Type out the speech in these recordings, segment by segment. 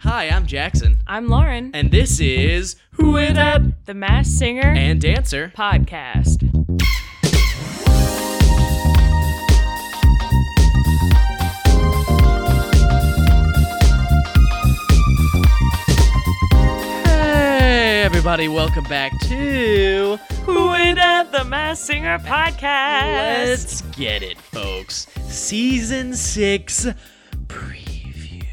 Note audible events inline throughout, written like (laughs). Hi, I'm Jackson, I'm Lauren, and this is Who It Up the Mass Singer and Dancer. podcast. Hey, everybody, welcome back to Who It Up. The Mass Singer podcast. Let's get it, folks. Season six preview.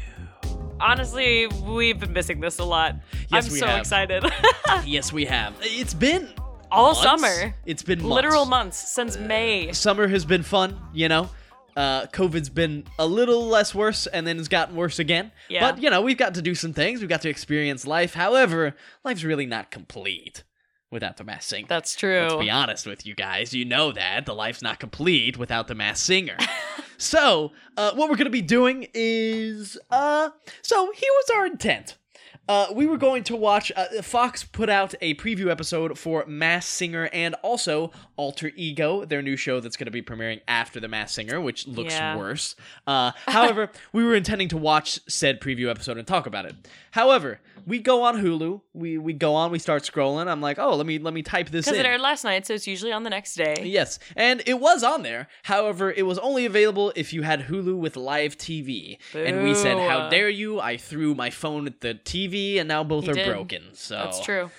Honestly, we've been missing this a lot. Yes, I'm we so have. excited. Yes, we have. It's been (laughs) All months. summer. It's been months. Literal months Uh, since May. Summer has been fun, you know. Uh, COVID's been a little less worse and then it's gotten worse again. Yeah. But, you know, we've got to do some things. We've got to experience life. However, life's really not complete without the mass singer. That's true. Let's be honest with you guys. You know that. The life's not complete without the mass (laughs) singer. so, uh, what we're going to be doing is. Uh, so, here was our intent. Uh, we were going to watch. Uh, Fox put out a preview episode for Mass Singer and also Alter Ego, their new show that's going to be premiering after The Mass Singer, which looks Yeah. worse. Uh, (laughs) however, we were intending to watch said preview episode and talk about it. However, we go on Hulu. We we go on. We start scrolling. I'm like, oh, let me let me type this in. Because it aired last night, so it's usually on the next day. Yes, and it was on there. However, it was only available if you had Hulu with live TV. And we said, Boo. "How dare you!" I threw my phone at the TV, and now both You are did. broken. So That's true.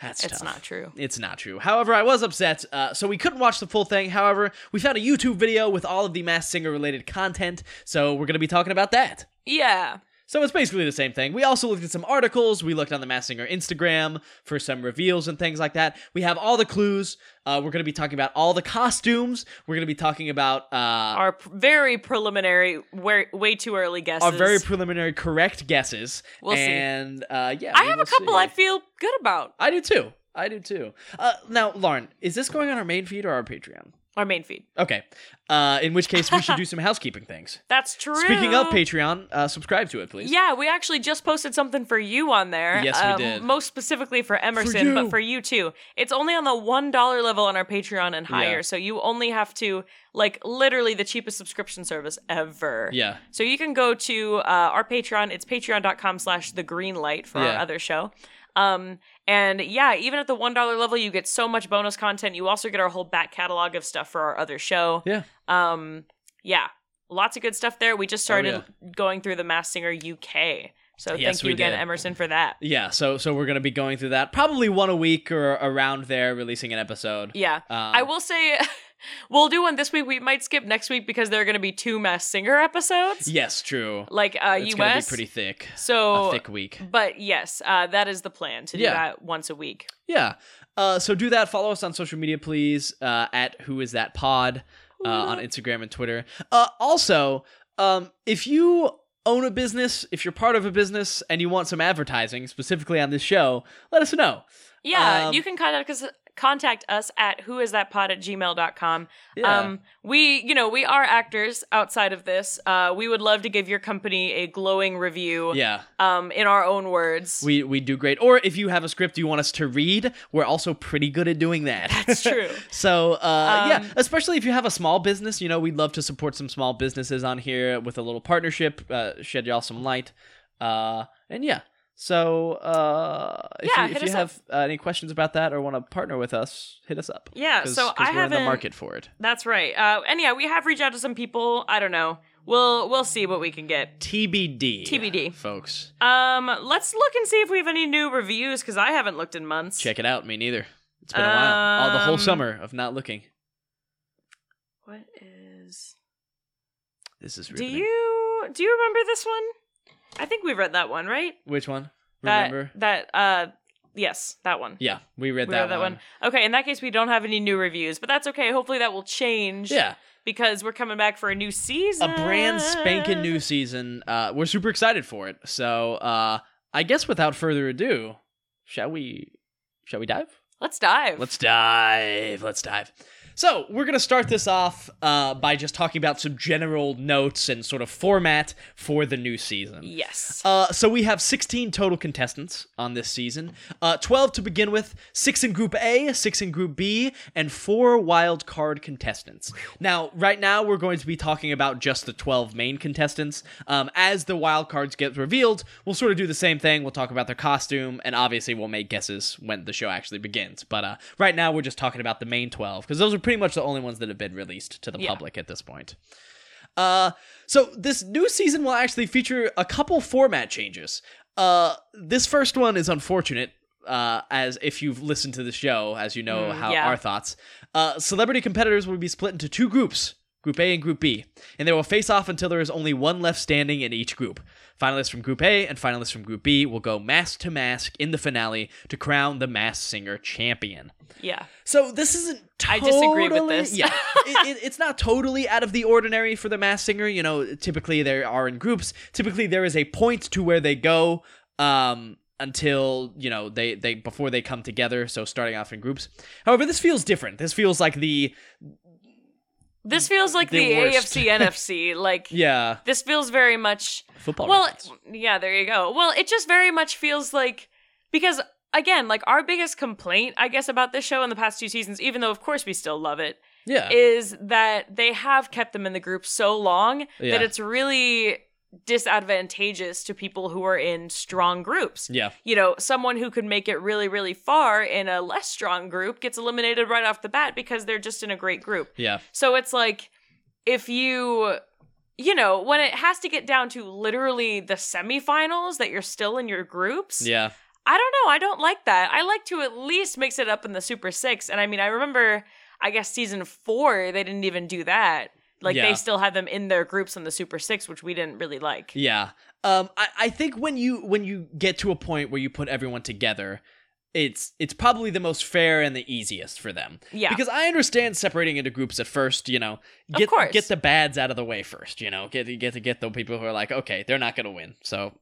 That's It's tough. not true. It's not true. However, I was upset, uh, so we couldn't watch the full thing. However, we found a YouTube video with all of the Mass Singer related content, so we're going to be talking about that. Yeah. So it's basically the same thing. We also looked at some articles. We looked on the Mass Singer Instagram for some reveals and things like that. We have all the clues. Uh, we're going to be talking about all the costumes. We're going to be talking about uh, our, Our pr- very preliminary, way, way too early guesses. very preliminary correct guesses. We'll see. and, uh, yeah, I we have will a couple see. I feel good about. I do too. I do too. Uh, now, Lauren, is this going on our main feed or our Patreon? Our main feed. Okay. Uh, in which case, we should (laughs) do some housekeeping things. That's true. Speaking of Patreon, uh, subscribe to it, please. Yeah, we actually just posted something for you on there. Um, Yes, we did. Most specifically for Emerson, you. but for you too. It's only on the one dollar level on our Patreon and higher, Yeah. so you only have to like literally the cheapest subscription service ever. Yeah. So you can go to uh, our Patreon. It's patreon.com slash the green light for Yeah. our other show. Um, and yeah, even at the $1 level, you get so much bonus content. You also get our whole back catalog of stuff for our other show. Yeah. Um, yeah, lots of good stuff there. We just started Oh, going through the Mass Singer UK. So Yes, thank you we again, did. Emerson, for that. Yeah, so so we're gonna be going through that probably one a week or around there, releasing an episode. Yeah. Um, I will say (laughs) we'll do one this week. We might skip next week because there are going to be two Mass Singer episodes. Yes, true. Like uh, it's gonna be US. pretty thick. so a thick week. But yes, uh, that is the plan to do Yeah. that once a week. Yeah. Uh, so do that. Follow us on social media, please. Uh, at Who Is That Pod uh, on Instagram and Twitter. Uh, also, um, if you own a business, if you're part of a business, and you want some advertising specifically on this show, let us know. Yeah, Um, you can contact us contact us at whoisthatpod at gmail.com. Yeah. Um we, you know, we are actors outside of this. Uh we would love to give your company a glowing review yeah. um in our own words. (laughs) We we do great. Or if you have a script you want us to read, we're also pretty good at doing that. (laughs) That's true. So uh, yeah, Um, especially if you have a small business, you know we'd love to support some small businesses on here with a little partnership, uh, shed y'all some light, uh, and yeah. So uh, if Yeah, you, if hit you us up. have uh, any questions about that or want to partner with us, hit us up. Yeah, 'Cause- so 'cause I we're in the haven't- market for it. That's right. Uh and yeah, we have reached out to some people. I don't know. We'll we'll see what we can get. TBD. TBD. folks. Um let's look and see if we have any new reviews cuz I haven't looked in months. Check it out. Me neither. It's been a while. All the whole Um, summer of not looking. What is This is Do riveting. you do you remember this one? I think we read that one, right? Which one? That Remember? that uh yes, that one. Yeah, we read We that, read that one. one. Okay, in that case we don't have any new reviews, but that's okay. Hopefully that will change Yeah, because we're coming back for a new a season. brand spanking new season. Uh, we're super excited for it. So uh, I guess without further ado, shall we? Shall we dive? Let's dive. Let's dive. Let's dive. So we're gonna start this off uh, by just talking about some general notes and sort of format for the new season. Yes. Uh, so we have 16 total contestants on this season. Uh, 12 to begin with, six in Group A, six in Group B, and four wild card contestants. Now, right now, we're going to be talking about just the 12 main contestants. Um, as the wild cards get revealed, we'll sort of do the same thing. We'll talk about their costume, and obviously, we'll make guesses when the show actually begins. But uh, right now, we're just talking about the main 12 because those are pretty much the only ones that have been released to the Yeah. public at this point. Uh, so this new season will actually feature a couple format changes. Uh, this first one is unfortunate. Uh, as if you've listened to the show, as you know Mm, how yeah. our thoughts. Uh, celebrity competitors will be split into two groups, Group A and Group B, and they will face off until there is only one left standing in each group. Finalists from Group A and finalists from Group B will go mask to mask in the finale to crown the Masked Singer champion. yeah. So this isn't. I Totally, disagree with (laughs) this. (laughs) Yeah, it, it, it's not totally out of the ordinary for the mass singer. You know, typically they are in groups. Typically there is a point to where they go um, until you know they they before they come together. So starting off in groups. However, this feels different. This feels like the This feels like The the, worst. (laughs) AFC NFC. Like yeah this feels very much football. Well, reference. yeah, there you go. Well, it just very much feels like because again, like our biggest complaint, I guess, about this show in the past two seasons, even though of course we still love it, yeah, is that they have kept them in the group so long Yeah. that it's really disadvantageous to people who are in strong groups. yeah, You know, someone who could make it really, really far in a less strong group gets eliminated right off the bat because they're just in a great group. yeah, So it's like if you you know, when it has to get down to literally the semifinals that you're still in your groups. yeah, I don't know, I don't like that. I like to at least mix it up in the Super 6 and I mean, I remember I guess season 4 they didn't even do that. Like Yeah. they still had them in their groups in the Super 6 which we didn't really like. yeah. Um, I I think when you when you get to a point where you put everyone together, it's it's probably the most fair and the easiest for them. Yeah. Because I understand separating into groups at first, you know, Of get course. get the bads out of the way first, you know, get get to get the people who are like, okay, they're not gonna win, so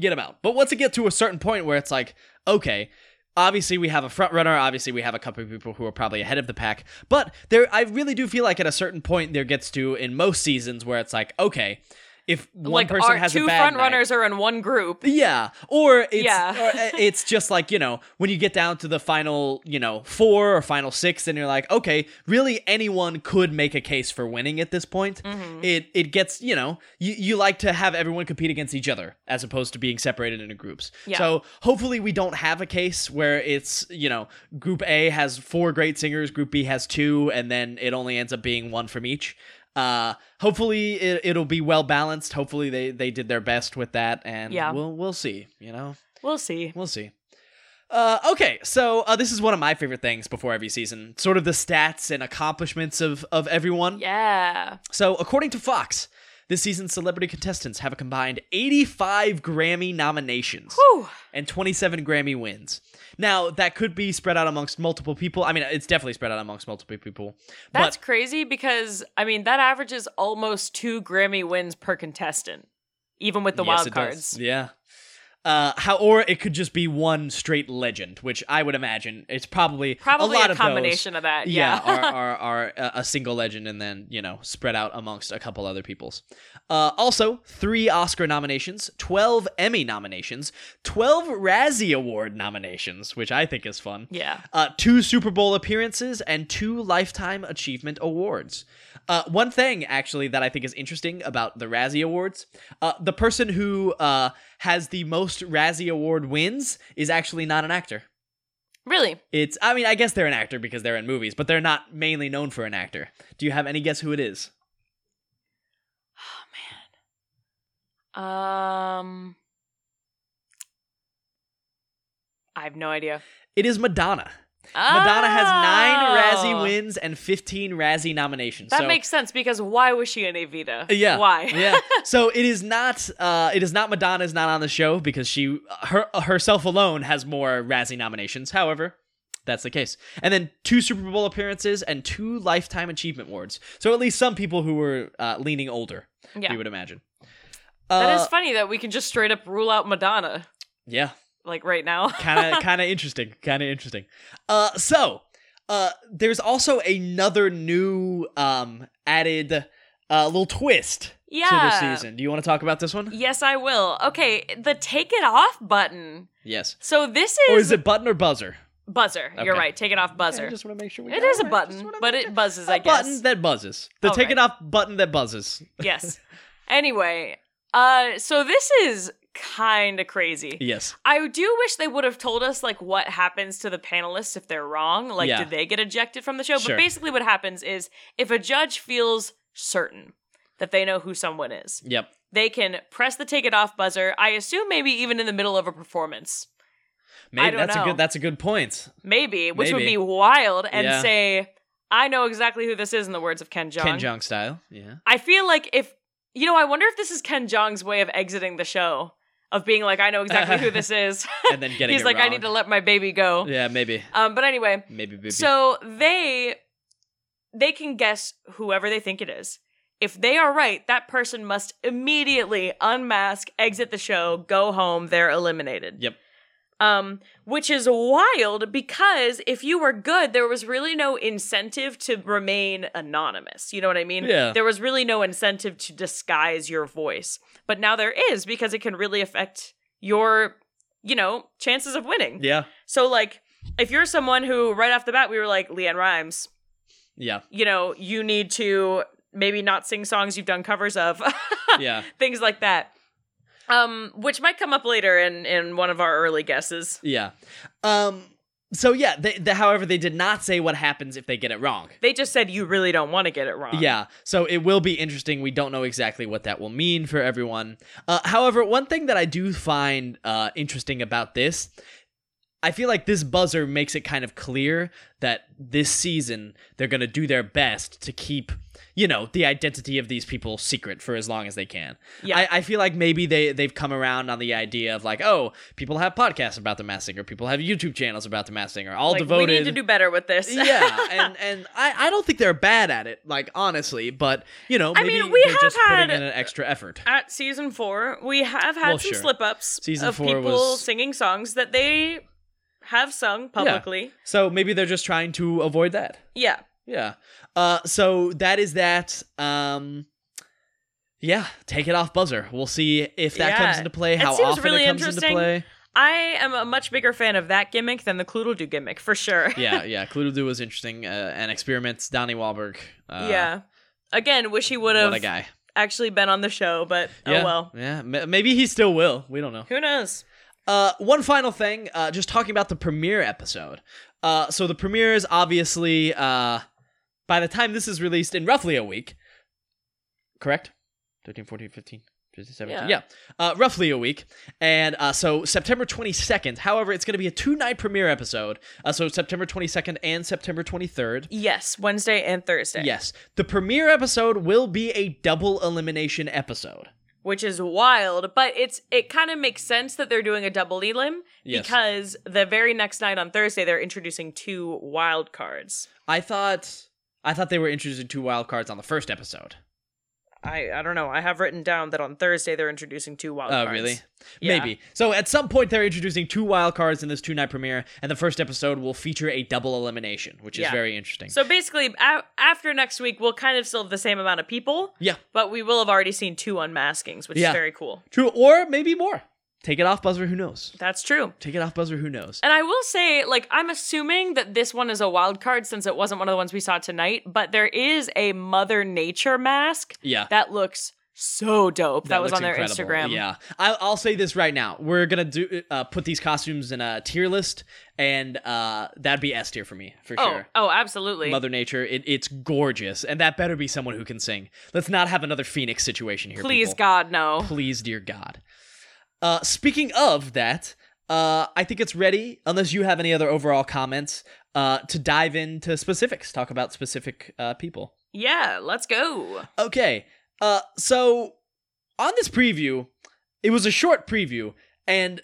get them out. But once it gets to a certain point where it's like, okay, obviously we have a front runner, obviously we have a couple of people who are probably ahead of the pack, but there, I really do feel like at a certain point there gets to in most seasons where it's like, okay, if one like person our has two a bad front night- runners are in one group. yeah, or it's Yeah. or, uh, it's just like you know when you get down to the final you know four or final six, and you're like, okay, really anyone could make a case for winning at this point. Mm-hmm. It it gets you know you you like to have everyone compete against each other as opposed to being separated into groups. Yeah. So hopefully we don't have a case where it's you know group A has four great singers, group B has two, and then it only ends up being one from each. Uh, hopefully it, it'll be well balanced. Hopefully they they did their best with that, and Yeah. we'll we'll see. You know, We'll see. we'll see. Uh, okay, so uh, this is one of my favorite things before every season, sort of the stats and accomplishments of of everyone. Yeah. So, according to Fox, this season's celebrity contestants have a combined 85 Grammy nominations Whew. and 27 Grammy wins. Now, that could be spread out amongst multiple people. I mean, it's definitely spread out amongst multiple people. That's but crazy because I mean that averages almost two Grammy wins per contestant, even with the Yes, wild it does. cards. Yeah. Uh, how or it could just be one straight legend, which I would imagine it's probably Probably a, lot a, of those- combination of, that. yeah, Yeah. are, (laughs) are, are a a single legend and then you know spread out amongst a couple other people's uh, also three oscar nominations 12 emmy nominations 12 razzie award nominations which i think is fun yeah. uh, two Super Bowl appearances and two Lifetime Achievement Awards. Uh, one thing, actually, that I think is interesting about the Razzie Awards uh, the person who uh, has the most Razzie Award wins is actually not an actor. Really? It's, I mean, I guess they're an actor because they're in movies, but they're not mainly known for an actor. Do you have any guess who it is? Oh, Um I have no idea. It is Madonna. Madonna has nine Oh. Razzie wins and 15 Razzie nominations. That so, makes sense because why was she an Evita? Yeah. (laughs) Why? yeah. So it is not. Uh, it is not Madonna's not on the show because she her herself alone has more Razzie nominations. However, that's the case. And then two Super Bowl appearances and two Lifetime Achievement Awards. So at least some people who were uh, leaning older, Yeah. we would imagine. that Uh, is funny that we can just straight up rule out Madonna yeah. like right now. (laughs) kind of kind of interesting kind of interesting uh so Uh, there's also another new um added uh, little twist Yeah. to the season. Do you want to talk about this one? Yes, I will. Okay, the take it off button. Yes. So this is, Or is it button or buzzer? buzzer. You're Okay. right. Take it off buzzer. I just want to make sure we. it got is a right. Just button, wanna but make it sure- buzzes, I a guess. button that buzzes. The All take right. it off button that buzzes. yes. Anyway, uh so this is kind of crazy. Yes. I do wish they would have told us like what happens to the panelists if they're wrong. Like, Yeah. do they get ejected from the show? Sure. But basically, what happens is if a judge feels certain that they know who someone is, Yep. they can press the take it off buzzer. I assume maybe even in the middle of a performance, Maybe don't that's know. a good. That's a good point. maybe, which would Maybe. be wild, and Yeah. say, "I know exactly who this is." In the words of Ken Jong, Ken Jong style. (laughs) Yeah. I feel like if you know, I wonder if this is Ken Jong's way of exiting the show, of being like, "I know exactly who this is." And then getting. (laughs) He's it like, "I wrong. need to let my baby go." Yeah, maybe, Um, but anyway. maybe, maybe. So they they can guess whoever they think it is. If they are right, that person must immediately unmask, exit the show, go home, they're eliminated. Yep. Um, which is wild because if you were good, there was really no incentive to remain anonymous. You know what I mean? Yeah. There was really no incentive to disguise your voice. But now there is because it can really affect your, you know, chances of winning. yeah, So like if you're someone who right off the bat we were like Leanne Rhymes, (laughs) yeah, you know, you need to maybe not sing songs you've done covers of, (laughs) yeah. things like that. Um which might come up later in in one of our early guesses. Yeah. Um. So yeah. They, the, however, they did not say what happens if they get it wrong. They just said you really don't want to get it wrong. Yeah. So it will be interesting. We don't know exactly what that will mean for everyone. Uh, however, one thing that I do find uh, interesting about this, I feel like this buzzer makes it kind of clear that this season they're going to do their best to keep, you know, the identity of these people secret for as long as they can. Yeah. I, I feel like maybe they they've come around on the idea of like, oh, people have podcasts about the Mass Singer, people have YouTube channels about the Mass Singer, all like, devoted. We need to do better with (laughs) this. yeah, and and I, I don't think they're bad at it, like honestly, but you know, I maybe mean, we they're have just had- putting in an extra effort. At season four, we have had Well, some sure. slip ups Season of four people was- singing songs that they have sung publicly. So maybe they're just trying to avoid that. Yeah. Yeah. Uh so that is that. Um yeah, take it off buzzer. We'll see if that comes Yeah. into play, It how seems often really it comes into interesting. (laughs) play. I am a much bigger fan of that gimmick than the Cloodle Do gimmick, for sure. yeah, yeah. Cluedo was interesting. Uh, and experiments, Donnie Wahlberg. Uh, yeah. Again, wish he What would a have guy. actually been on the show, but yeah, oh well. Yeah. ma- Maybe he still will. We don't know. Who knows? Uh, one final thing, uh, just talking about the premiere episode. Uh, so the premiere is obviously uh, by the time this is released in roughly a week, correct? 13, 14, 15, 16, 17. Yeah. Yeah. Uh, roughly a week. And uh, so September 22nd. However, it's going to be a two night premiere episode. Uh, so September 22nd and September 23rd. Yes, Wednesday and Thursday. Yes. The premiere episode will be a double elimination episode. Which is wild, but it's it kind of makes sense that they're doing a double elim Yes. because the very next night on Thursday they're introducing two wild cards. I thought. I thought they were introducing two wild cards on the first episode. I, I don't know. I have written down that on Thursday they're introducing two wild Oh, cards. really? Yeah. Maybe. So at some point they're introducing two wild cards in this two night premiere, and the first episode will feature a double elimination, which is Yeah. very interesting. So basically, a- after next week, we'll kind of still have the same amount of people, yeah, but we will have already seen two unmaskings, which Yeah. is very cool. true, or maybe more. Take it off buzzer. Who knows? That's true. Take it off buzzer. Who knows? And I will say, like, I'm assuming that this one is a wild card since it wasn't one of the ones we saw tonight, but there is a Mother Nature mask Yeah. that looks so dope. That, was looks on their incredible. Instagram. Yeah, I, I'll say this right now: we're gonna do uh, put these costumes in a tier list, and uh, that'd be S tier for me for Oh, sure. oh, absolutely. Mother Nature, it, it's gorgeous, and that better be someone who can sing. Let's not have another Phoenix situation here. Please, people. God, no. please dear god uh speaking of that uh i think it's ready unless you have any other overall comments uh to dive into specifics talk about specific uh people Yeah, let's go. okay uh so on this preview it was a short preview and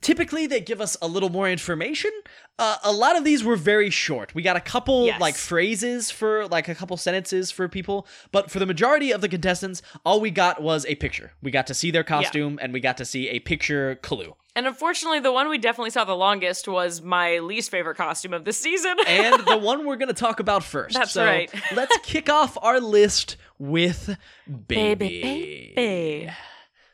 typically they give us a little more information uh, a lot of these were very short we got a couple Yes. like phrases for like a couple sentences for people but for the majority of the contestants all we got was a picture we got to see their costume and we got to see a picture clue And unfortunately, the one we definitely saw the longest was my least favorite costume of the season. (laughs) and the one we're going to talk about first. That's so right. let's kick off our list with Baby. Baby, baby.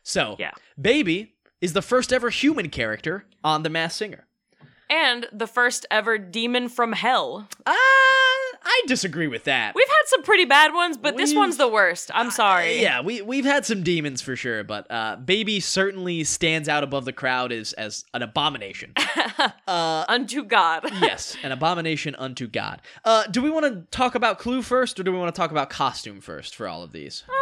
So, Yeah. Baby is the first ever human character on The Mass Singer. and the first ever demon from hell. Uh, I disagree with that. We've had some pretty bad ones, but this We've- one's the worst. I'm sorry. Yeah, we we've had some demons for sure, but uh, Baby certainly stands out above the crowd as as an abomination. uh, Unto God. yes, an abomination unto God. Uh, do we want to talk about Clue first, or do we want to talk about costume first for all of these? Uh,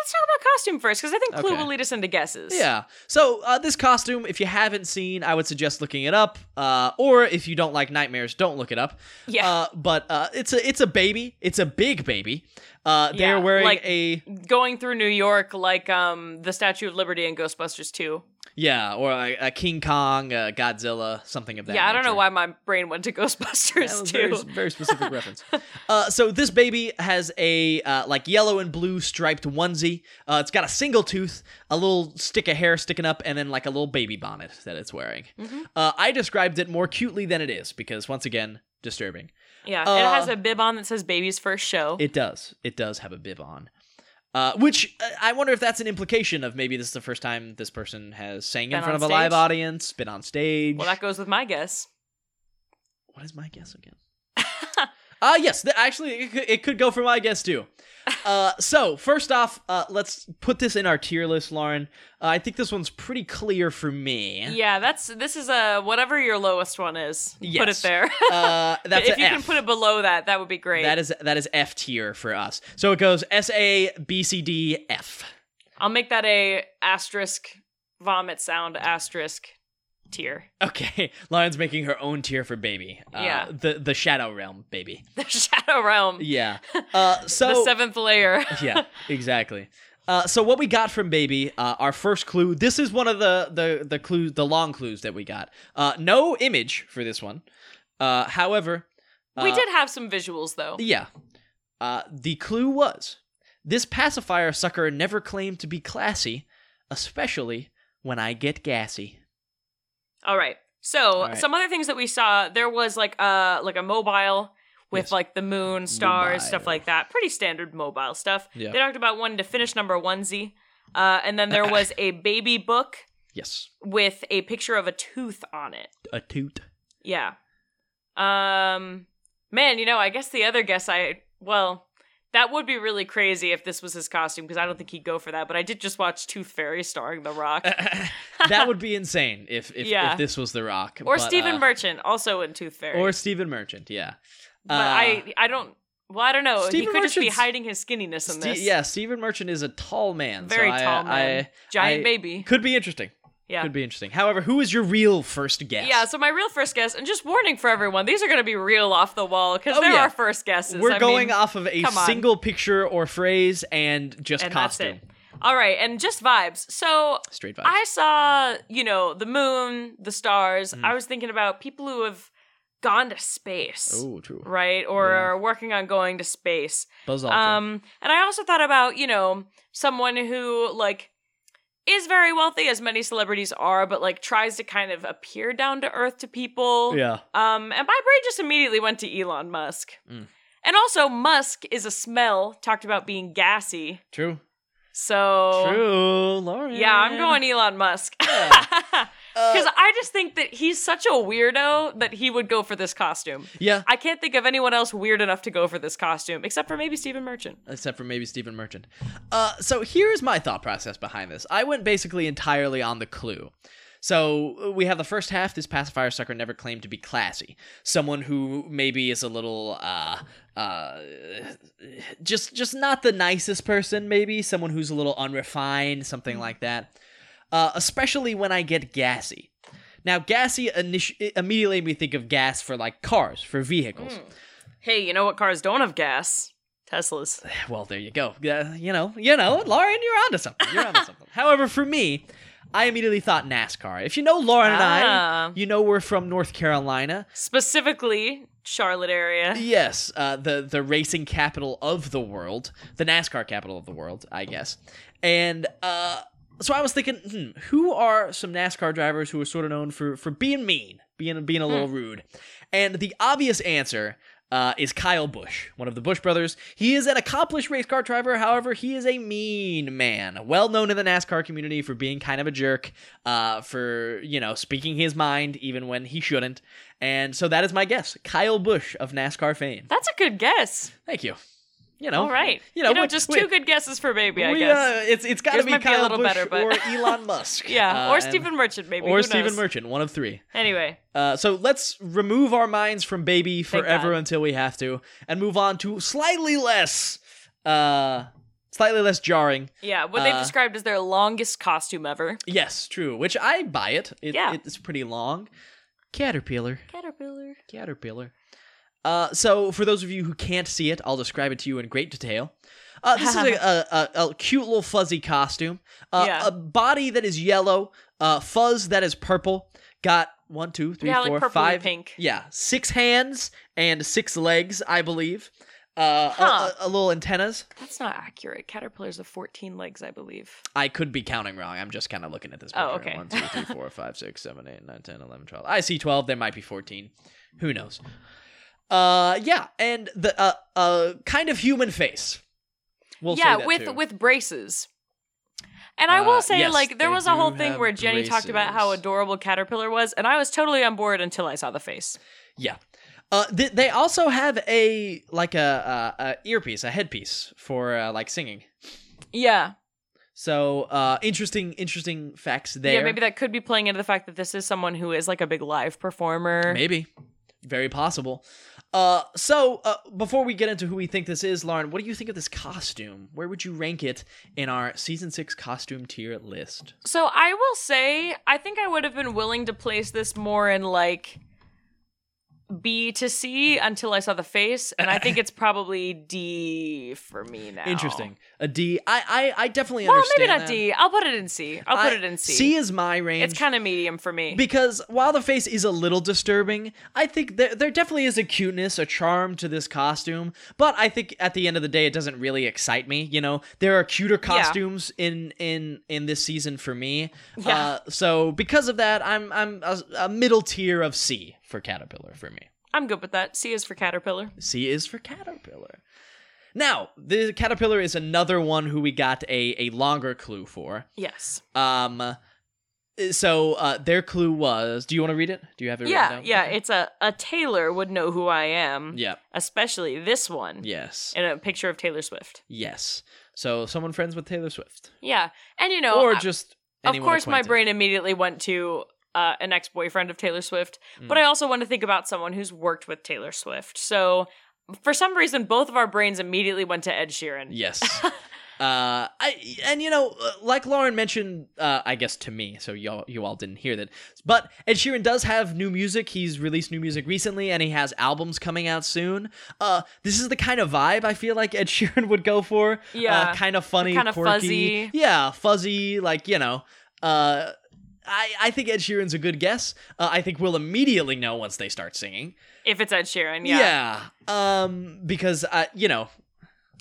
let's talk about costume first, because I think Clue Okay. will lead us into guesses. Yeah. So uh, this costume, if you haven't seen, I would suggest looking it up. Uh, or if you don't like nightmares, don't look it up. Yeah. Uh, but uh, it's a it's a baby. It's a big baby. Uh, they're Yeah, wearing like- a Going through New York like um the Statue of Liberty in Ghostbusters 2. yeah, or a, a King Kong, uh, Godzilla, something of that. yeah, I don't know nature. why my brain went to (laughs) That Ghostbusters was 2. very, very specific reference. Uh, so this baby has a uh, like yellow and blue striped onesie. Uh, it's got a single tooth, a little stick of hair sticking up, and then like a little baby bonnet that it's wearing. Mm-hmm. Uh, I described it more cutely than it is because once again, disturbing. Yeah, it Uh, has a bib on that says Baby's First Show. It does. It does have a bib on. Uh, which uh, I wonder if that's an implication of maybe this is the first time this person has sang in Been front on of a live stage? audience, been on stage. well, that goes with my guess. What is my guess (laughs) again? uh yes, th- actually it could, it could go for my guess (laughs) too. Uh so, first off, uh let's put this in our tier list, Lauren. Uh, I think this one's pretty clear for me. Yeah, that's this is a whatever your lowest one is. Put it Yes. there. (laughs) Uh (laughs) that's if a you F. can put it below that, that would be great. that is that is F tier for us. So it goes S A B C D F. I'll make that a asterisk vomit sound asterisk tier. (laughs) Okay, (laughs) Lauren's making her own tier for baby. Uh, Yeah. the the shadow realm baby. The shadow realm. (laughs) Yeah. Uh so the seventh layer. (laughs) yeah, exactly. Uh, so what we got from Baby, uh, our first clue. This is one of the the the clues, the long clues that we got. Uh, no image for this one. Uh, however, we uh, did have some visuals though. Yeah. Uh, the clue was this pacifier sucker never claimed to be classy, especially when I get gassy. All right. So All right. some other things that we saw, there was like uh like a mobile with Yes. like the moon, stars, stuff Mobile. like that. Pretty standard mobile stuff. Yeah. They talked about one to finish number onesie. Uh, and then there (laughs) was a baby book Yes, with a picture of a tooth on it. a toot. (laughs) Yeah. Um man, you know, I guess the other guess I well, that would be really crazy if this was his costume because I don't think he'd go for that, but I did just watch Tooth Fairy starring (laughs) The Rock that would be insane if if, Yeah. if this was The Rock or but, Stephen uh, Merchant also in Tooth Fairy. or Stephen Merchant. Yeah. but Uh, I I don't well, I don't know. he Stephen could just be Merchant's- hiding his skinniness in Ste- this. yeah, Stephen Merchant is a tall man. so Very I- tall man. I- Giant I- baby. Could be interesting. Yeah. Could be interesting. However, who is your real first guess? Yeah, so my real first guess, and just warning for everyone, these are going to be real off the wall because Oh, they're yeah. our first guesses. We're I going mean, off of a come on. single picture or phrase and just and that's costume. it. All right, and just vibes. So Straight vibes. Mm. I saw, you know, the moon, the stars. I was thinking about people who have gone to space, oh, true. right? Or Yeah. are working on going to space. Buzz Aldrin. Um, and I also thought about, you know, someone who like is very wealthy, as many celebrities are, but like tries to kind of appear down to earth to people. yeah. Um, and my brain just immediately went to Elon Musk. Mm. And also, Musk is a smell. Talked about being gassy, True. so True. Lauren. oh. yeah, I'm going Elon Musk. (laughs) Yeah. Because I just think that he's such a weirdo that he would go for this costume. Yeah. I can't think of anyone else weird enough to go for this costume, except for maybe Stephen Merchant. Except for maybe Stephen Merchant. Uh, so here's my thought process behind this. I went basically entirely on the clue. So uh, we have the first half. This pacifier sucker never claimed to be classy. Someone who maybe is a little, uh, uh, just just not the nicest person. Maybe someone who's a little unrefined, something like that. Uh, especially when I get gassy. Now, gassy initi- immediately made me think of gas for like cars, for vehicles. Hey, you know what cars don't have gas? Teslas. Well, there you go. Yeah, you know, you know, Lauren, you're onto something. You're onto something. However, for me, I immediately thought NASCAR. If you know Lauren and Ah. I, you know we're from North Carolina. Specifically, Charlotte area. Yes, uh, the the racing capital of the world, the NASCAR capital of the world, I guess. And uh, so I was thinking, hmm, who are some NASCAR drivers who are sort of known for for being mean, being being a little rude? And the obvious answer uh, is Kyle Busch, one of the Busch brothers. He is an accomplished race car driver. However, he is a mean man, well known in the NASCAR community for being kind of a jerk, uh, for you know speaking his mind even when he shouldn't. And so that is my guess, Kyle Busch of NASCAR fame. That's a good guess. Thank you. You know, All right. You You know, know, we- just we- two good guesses for baby, I we, guess. uh, it's it's got to Yours be might be a Kyle little Busch better, but- or Elon Musk. (laughs) yeah, Uh, or and- Stephen Merchant, maybe. or Who Stephen knows? Merchant, one of three. Anyway, Uh, so let's remove our minds from baby forever God. until we have to, and move on to slightly less, uh, slightly less jarring. yeah, what they've Uh, described as their longest costume ever. Yes, true. Which I buy it. it Yeah. it's pretty long. Caterpillar, Caterpillar. caterpillar. Uh, so for those of you who can't see it, I'll describe it to you in great detail. Uh, this is (laughs) a, a, a, a cute little fuzzy costume. Uh, Yeah. A body that is yellow, uh, fuzz that is purple. Got one, two, three, yeah, four, like purple five- pink. Yeah, six hands and six legs, I believe. Uh, a- Huh. a, a little antennas. That's not accurate. Caterpillars have 14 legs, I believe. I could be counting wrong. I'm just kind of looking at this. Picture. Oh, okay. One, two, three, (laughs) four, five, six, seven, eight, nine, ten, eleven, twelve. I see twelve. There might be fourteen. Who knows? Uh, yeah, and the uh, uh kind of human face. We'll say yeah, that with too. with braces. And I will Uh, say, yes, like, they there was a whole do thing have where Jenny talked about how braces. adorable Caterpillar was, and I was totally on board until I saw the face. yeah. Uh, th- they also have a like a, uh, a earpiece, a headpiece for uh, like singing. Yeah, So uh, interesting, interesting facts there. yeah, maybe that could be playing into the fact that this is someone who is like a big live performer. Maybe. Very possible. Uh, so, uh, before we get into who we think this is, Lauren, what do you think of this costume? Where would you rank it in our season six costume tier list? So I will say, I think I would have been willing to place this more in like B to C until I saw the face, and I think (laughs) it's probably D for me now. Interesting. A D. I, I, I definitely Well, understand. maybe not that. D. I'll put it in C. I'll put I- it in C. C is my range. it's kind of medium for me. because while the face is a little disturbing, I think there, there definitely is a cuteness, a charm to this costume. But I think at the end of the day, it doesn't really excite me. You know, there are cuter costumes in in in this season for me. Yeah. Uh, so because of that, I'm I'm a, a middle tier of C for Caterpillar for me. I'm good with that. C is for caterpillar. C is for caterpillar. Now, the caterpillar is another one who we got a a longer clue for. Yes. Um. So uh, their clue was. Do you want to read it? Do you have it? written Yeah, down? yeah. Okay. It's a a Taylor would know who I am, yeah. especially this one, Yes. and a picture of Taylor Swift. Yes. So someone friends with Taylor Swift, Yeah, and you know, or I- just of anyone course, my acquainted. brain immediately went to uh, an ex boyfriend of Taylor Swift, Hmm. but I also want to think about someone who's worked with Taylor Swift. So for some reason, both of our brains immediately went to Ed Sheeran. (laughs) Yes. uh, I and you know, uh, like Lauren mentioned, uh, I guess to me, so y'all you all didn't hear that. But Ed Sheeran does have new music. He's released new music recently, and he has albums coming out soon. Uh, this is the kind of vibe I feel like Ed (laughs) Sheeran would go for. uh, Yeah. kind of funny, Kinda quirky. fuzzy. Yeah, fuzzy. Like you know. Uh, I, I think Ed Sheeran's a good guess. Uh, I think we'll immediately know once they start singing. If it's Ed Sheeran, yeah. Yeah. Um, because uh, you know,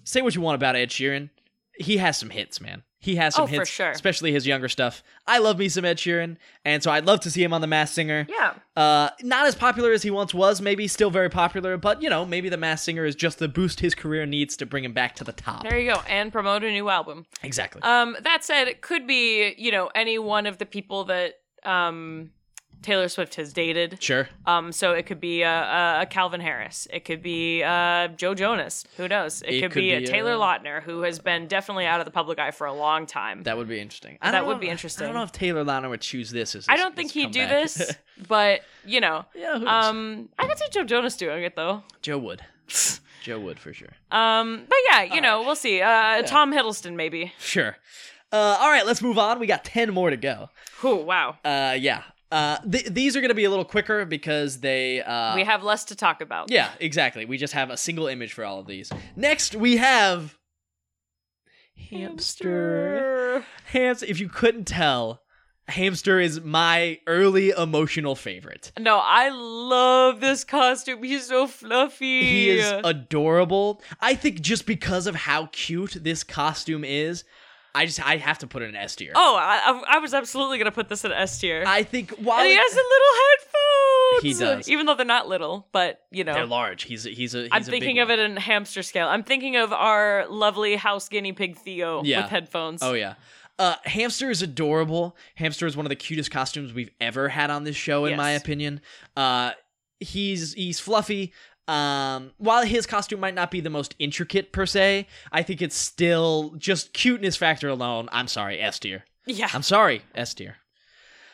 say what you want about Ed Sheeran, he has some hits, man. He has some Oh, for hits, sure. especially his younger stuff. I love me some Ed Sheeran, and so I'd love to see him on The Mass Singer. Yeah. Uh, not as popular as he once was, maybe still very popular, but you know, maybe The Mass Singer is just the boost his career needs to bring him back to the top. There you go. And promote a new album. exactly. Um, that said, it could be, you know, any one of the people that um, Taylor Swift has dated. sure. Um, so it could be a, a, a Calvin Harris. It could be uh, Joe Jonas. Who knows? It, It could, could be, be, a Taylor uh, Lautner, who has been definitely out of the public eye for a long time. That would be interesting. I That don't would know- be I interesting. don't know if Taylor Lautner would choose this. As I his- don't think his he'd do comeback. this, but you know, (laughs) yeah. Who knows? um, I could see Joe Jonas doing it though. Joe (laughs) would. Joe would for sure. Um, but yeah, you know, we'll see. Uh, Tom Hiddleston maybe. Sure. Uh, all right, let's move on. We got 10 more to go. Who? Wow, Uh, yeah. Uh, th- these are going to be a little quicker because they. Uh, we have less to talk about. yeah, exactly. We just have a single image for all of these. Next, we have. Hamster. Hamster. Hamster. If you couldn't tell, Hamster is my early emotional favorite. No, I love this costume. He's so fluffy. He is adorable. I think just because of how cute this costume is, I just I have to put it in S tier. Oh, I, I I was absolutely gonna put this in S tier. I think while and he it- has the He little headphones. does. Even though they're not little, but you know, they're large, he's a, he's a. He's I'm a thinking big of one. it in hamster scale. I'm thinking of our lovely house guinea pig Theo Yeah. with headphones. Oh yeah. Uh, hamster is adorable. Hamster is one of the cutest costumes we've ever had on this show, in my Yes. opinion. Uh, he's he's fluffy. Um, while his costume might not be the most intricate per se, I think it's still just cuteness factor alone. I'm sorry, S tier. yeah. I'm sorry, S tier.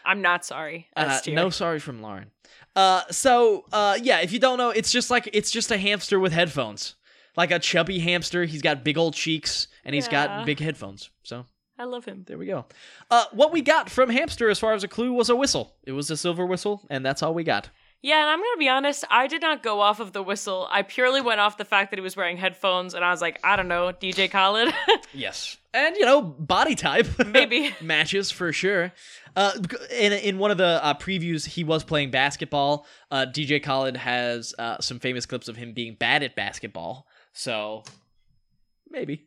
I'm not sorry. Uh, S tier. no sorry from Lauren. Uh, so uh, yeah, if you don't know, it's just like it's just a hamster with headphones, like a chubby hamster. He's got big old cheeks and he's Yeah. got big headphones. So I love him. there we go. Uh, what we got from Hamster as far as a clue was a whistle. It was a silver whistle, and that's all we got. Yeah, and I'm gonna be honest, I did not go off of the whistle. I purely went off the fact that he was wearing headphones, and I was like, I don't know, DJ Khaled, (laughs) Yes. And, you know, body type. (laughs) maybe. Matches for sure. Uh, in, in one of the uh, previews, he was playing basketball. Uh, DJ Khaled has uh, some famous clips of him being bad at basketball. So maybe.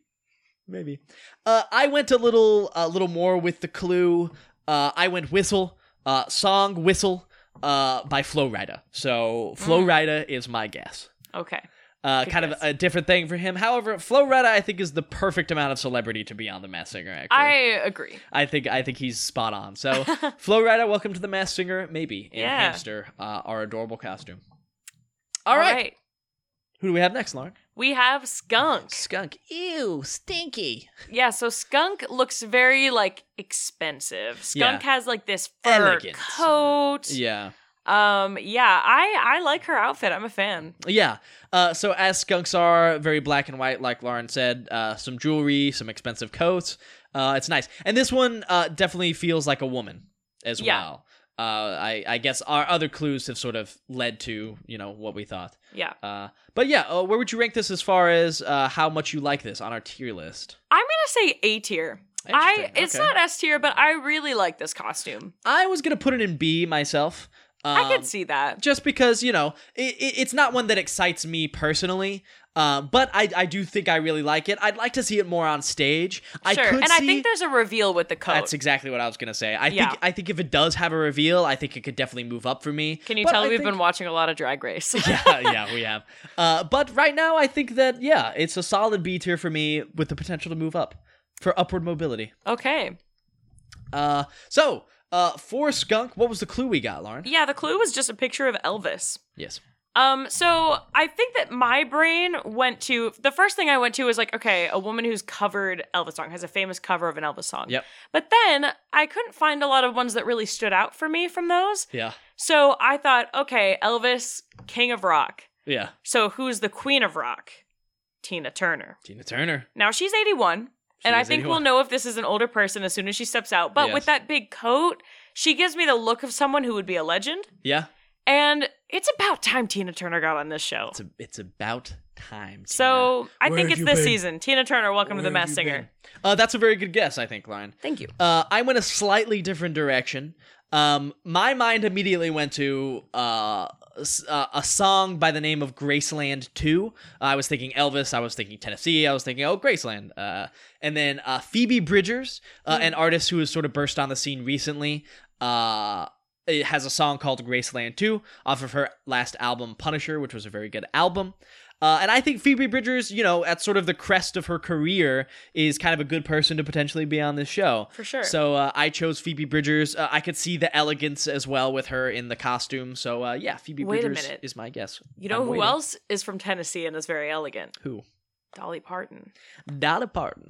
Maybe. Uh, I went a little a little more with the clue. Uh, I went whistle, uh, song whistle uh, by Flow Rida. So Flow Mm. Rida is my guess. Okay. Uh, Good kind guess. of a different thing for him. However, Flo Rida, I think, is the perfect amount of celebrity to be on The Mass Singer. Actually, I agree. I think I think he's spot on. (laughs) So, Flo Rida, welcome to The Mass Singer. Maybe in Yeah. hamster, uh, our adorable costume. All right. who do we have next, Lauren? We have Skunk. Skunk. Ew, stinky. Yeah, so Skunk looks very like expensive. Skunk has like this fur Elegant. coat. Yeah. Um yeah, I I like her outfit. I'm a fan. Yeah. Uh, so as skunks are very black and white, like Lauren said, uh, some jewelry, some expensive coats. Uh, it's nice, and this one uh, definitely feels like a woman as Yeah. well. Uh, I, I guess our other clues have sort of led to you know what we thought. Yeah. Uh, but yeah, uh, where would you rank this as far as uh, how much you like this on our tier list? I'm going to say A tier. I Interesting. it's Okay. not S tier, but I really like this costume. I was gonna put it in B myself. Um, I could see that. just because you know it, it, it's not one that excites me personally uh, but I, I do think i really like it i'd like to see it more on stage i sure. could and see I think there's a reveal with the coat. that's exactly what i was gonna say i Yeah. think i think if it does have a reveal i think it could definitely move up for me Can you But tell I we've think- been watching a lot of (laughs) Drag Race? yeah yeah we have uh, but right now i think that yeah it's a solid b tier for me with the potential to move up for upward mobility okay. uh, so uh, for skunk what was the clue we got lauren Yeah, the clue was just a picture of Elvis. yes Um, so I think that my brain went to the first thing I went to was like, okay, a woman who's covered Elvis song has a famous cover of an Elvis song. Yep. But then I couldn't find a lot of ones that really stood out for me from those. yeah So I thought, okay, Elvis, King of Rock. yeah So who's the Queen of Rock? Tina Turner. tina turner Now she's 81, and She I is think 81. we'll know if this is an older person as soon as she steps out. But Yes. with that big coat, she gives me the look of someone who would be a legend. yeah And it's about time Tina Turner got on this show. It's a, it's about time. Tina. So I Where think have it's you this been? season. Tina Turner, welcome to Where the have Mass you Singer. been? Uh, that's a very good guess, I think, Lauren. Thank you. Uh, I went a slightly different direction. Um, my mind immediately went to uh, s- uh, a song by the name of Graceland 2. I was thinking Elvis, I was thinking Tennessee, I was thinking, oh, Graceland. Uh, and then uh, Phoebe Bridgers, uh, Hmm. an artist who has sort of burst on the scene recently, uh, it has a song called Graceland 2 off of her last album, Punisher, which was a very good album. Uh, and I think Phoebe Bridgers, you know, at sort of the crest of her career, is kind of a good person to potentially be on this show. For sure. So uh, I chose Phoebe Bridgers. Uh, I could see the elegance as well with her in the costume. So uh, yeah, Phoebe Wait a Bridgers minute. is my guess. you know I'm who waiting. else is from Tennessee and is very elegant? Who? Dolly Parton. Dolly Parton.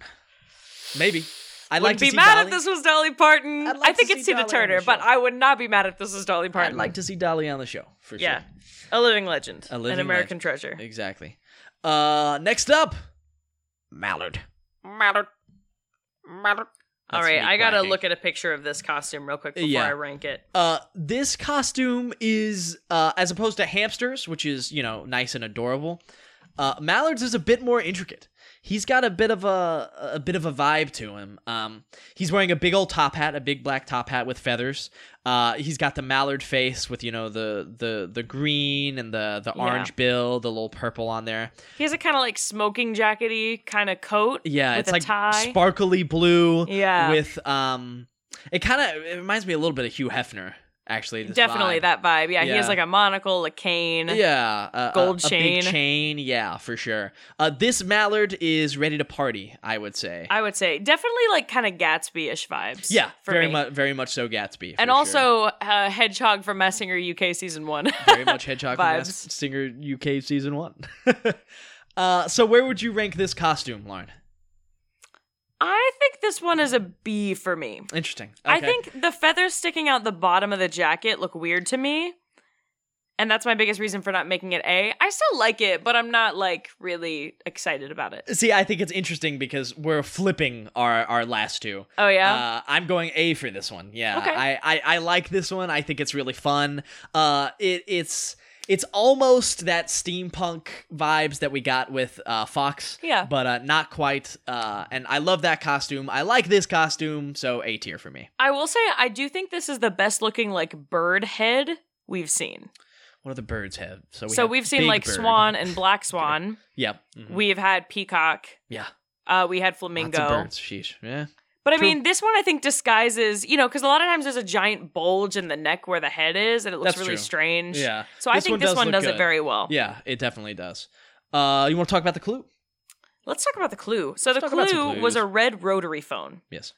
Maybe. I'd would like be to see mad Dolly. if this was Dolly Parton. I'd like I think to it's see Tina Dolly on Turner, the but show. I would not be mad if this was Dolly Parton. I'd like to see Dolly on the show for Yeah. sure. A living legend. A living An American treasure. Exactly. Uh, next up, Mallard. Matter. Matter. All That's right, me I gotta quacking. look at a picture of this costume real quick before Yeah. I rank it. Uh, this costume is, uh, as opposed to hamsters, which is you know nice and adorable. Uh, Mallard's is a bit more intricate. he's got a bit of a a bit of a vibe to him. Um, he's wearing a big old top hat, a big black top hat with feathers. Uh, he's got the mallard face with you know the the the green and the the Yeah. orange bill, the little purple on there. He has a kind of like smoking jackety kind of coat. Yeah, With it's a like tie. sparkly blue. Yeah. with um, it kind of it reminds me a little bit of Hugh Hefner actually. this Definitely vibe. that vibe. Yeah, he has Yeah. like a monocle, a cane. Yeah, a- a- Gold a chain. big chain. Yeah, for sure. Uh, this mallard is ready to party. I would say. I would say definitely like kind of Gatsby-ish vibes. yeah, for very me. much, very much so. Gatsby, for And sure. also uh, Hedgehog from Messinger UK season one. (laughs) very much Hedgehog from vibes. Masked Singer UK season one. (laughs) uh, so where would you rank this costume, Lauren? I think this one is a B for me. Interesting. I Okay. think the feathers sticking out the bottom of the jacket look weird to me. And that's my biggest reason for not making it A. I still like it, but I'm not like really excited about it. See, I think it's interesting because we're flipping our our last two. Oh yeah. Uh, I'm going A for this one. Yeah, Okay. I, I I like this one. I think it's really fun. Uh, it it's it's almost that steampunk vibes that we got with uh, Fox. Yeah. but uh, not quite. Uh, and I love that costume. I like this costume, so A tier for me. I will say I do think this is the best looking like bird head we've seen. What do the birds have? So so have we've seen Big like Bird. swan and black (laughs) swan. Yep. Mhm. We've had peacock. yeah. Uh, we had Lots flamingo. of birds. Sheesh. Yeah. But I True. mean, this one I think disguises, you know, because a lot of times there's a giant bulge in the neck where the head is, and it looks That's really true. strange. Yeah. So I This think one this does one look does it good. very well. Yeah. It definitely does. Uh, you want to talk about the clue? Let's talk about the clue. So the talk about some clue was clues. a red rotary phone. Yes.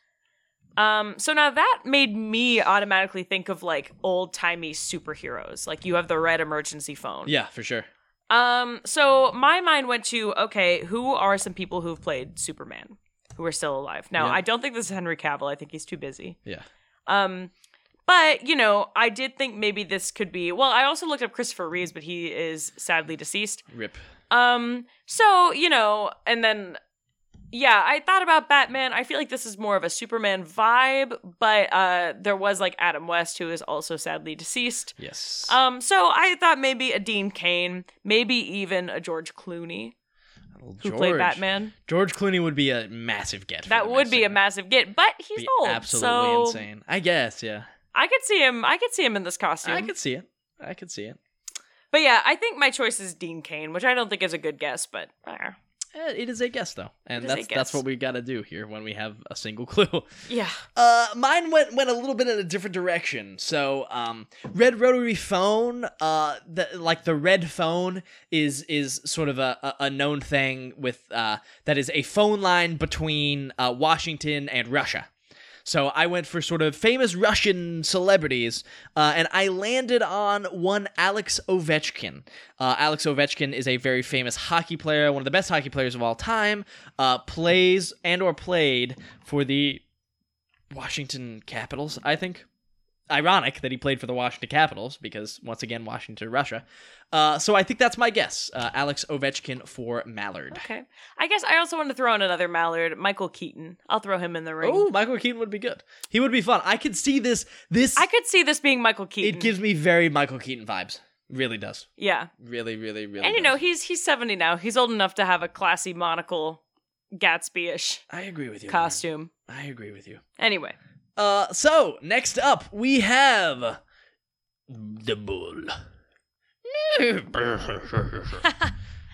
Um, so now that made me automatically think of like old timey superheroes. Like you have the red emergency phone. Yeah, for sure. Um, so my mind went to okay, who are some people who've played Superman who are still alive? Now Yeah. I don't think this is Henry Cavill. I think he's too busy. Yeah. Um, but you know, I did think maybe this could be. Well, I also looked up Christopher Reeves, but he is sadly deceased. Rip. Um, so you know, and then yeah, I thought about Batman. I feel like this is more of a Superman vibe, but uh, there was like Adam West, who is also sadly deceased. Yes. Um, so I thought maybe a Dean Kane, maybe even a George Clooney Little who George. played Batman. George Clooney would be a massive get. for That the would next be a segment. massive get, but he's Be old, absolutely so insane. I guess. Yeah. I could see him. I could see him in this costume. I could see it. I could see it. But yeah, I think my choice is Dean Kane, which I don't think is a good guess, but eh. Eh, It is a guess though, and It is a that's that's guess. what we got to do here when we have a single clue. (laughs) yeah, Uh, mine went went a little bit in a different direction. So, um, red rotary phone. Uh, the, like the red phone is is sort of a, a, a known thing with uh that is a phone line between uh, Washington and Russia. So I went for sort of famous Russian celebrities, uh, and I landed on one Alex Ovechkin. Uh, Alex Ovechkin is a very famous hockey player, one of the best hockey players of all time. Uh, plays and or played for the Washington Capitals, I think. Ironic that he played for the Washington Capitals because once again Washington, Russia. Uh, so I think that's my guess. Uh, Alex Ovechkin for Mallard. okay. I guess I also want to throw in another Mallard, Michael Keaton. I'll throw him in the ring. Oh, Michael Keaton would be good. He would be fun. I could see this. This I could see this being Michael Keaton. it gives me very Michael Keaton vibes. Really does. yeah, Really, really, really. and you know does. he's he's seventy now. He's old enough to have a classy monocle, Gatsby-ish I agree with you. Lauren. costume. I agree with you. Anyway. Uh, so next up we have the bull. (laughs)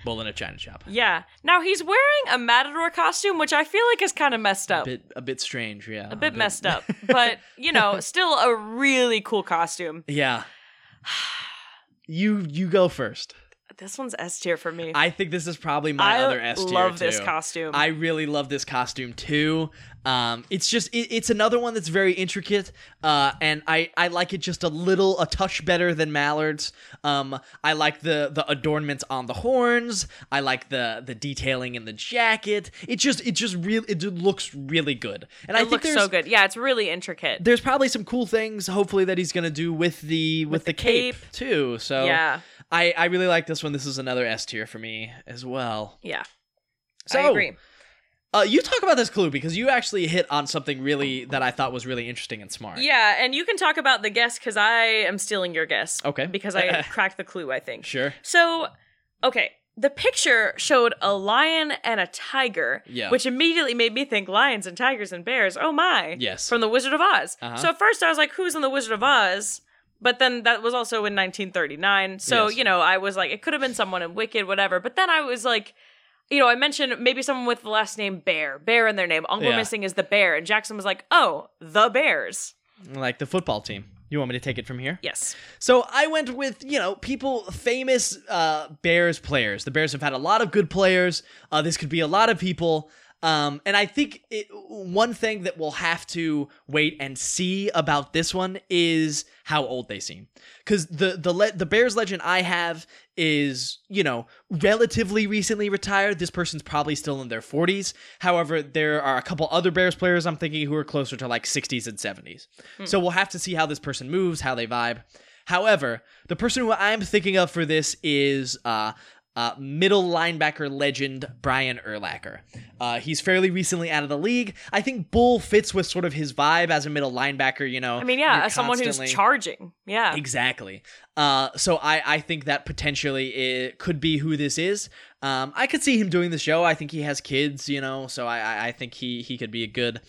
bull in a china shop. Yeah. Now he's wearing a matador costume, which I feel like is kind of messed A up. bit, a bit strange. Yeah. A bit (laughs) messed up, but you know, still a really cool costume. (sighs) Yeah. You you go first. This one's S tier for me. I think this is probably my I other S tier. love this too. costume. I really love this costume too. Um, it's just it, it's another one that's very intricate, uh, and I I like it just a little a touch better than Mallard's. Um, I like the the adornments on the horns. I like the the detailing in the jacket. It just it just really it just looks really good. And I it think looks there's so good. Yeah, it's really intricate. there's probably some cool things hopefully that he's gonna do with the with, the, the cape, cape. too. So yeah, I I really like this one. This is another S tier for me as well. yeah. So, I agree. Uh, you talk about this clue because you actually hit on something really that I thought was really interesting and smart. Yeah, and you can talk about the guess because I am stealing your guess. Okay. (laughs) Because I cracked the clue, I think. Sure. So, okay, the picture showed a lion and a tiger, Yeah. which immediately made me think lions and tigers and bears. Oh my. Yes. From The Wizard of Oz. Uh-huh. So at first I was like, who's in The Wizard of Oz? But then that was also in 1939. So, Yes. you know, I was like, it could have been someone in Wicked, whatever. But then I was like, you know, I mentioned maybe someone with the last name Bear, Bear in their name. Uncle Yeah. Missing is the bear. And Jackson was like, oh, the Bears. like the football team. You want me to take it from here? Yes. So I went with, you know, people, famous uh, Bears players. The Bears have had a lot of good players. Uh, this could be a lot of people. Um, and I think it, one thing that we'll have to wait and see about this one is how old they seem. Because the the le- the Bears legend I have is you know relatively recently retired. This person's probably still in their 40s. However, there are a couple other Bears players I'm thinking who are closer to like 60s and 70s. So we'll have to see how this person moves, how they vibe. However, the person who I'm thinking of for this is uh, uh, middle linebacker legend Brian Erlacher. Uh, he's fairly recently out of the league. I think Bull fits with sort of his vibe as a middle linebacker. You know, I mean, yeah, you're as someone who's constantly- charging. Yeah. Exactly. Uh, so I, I think that potentially it could be who this is. Um, I could see him doing the show. I think he has kids, you know, so I, I, I think he, he could be a good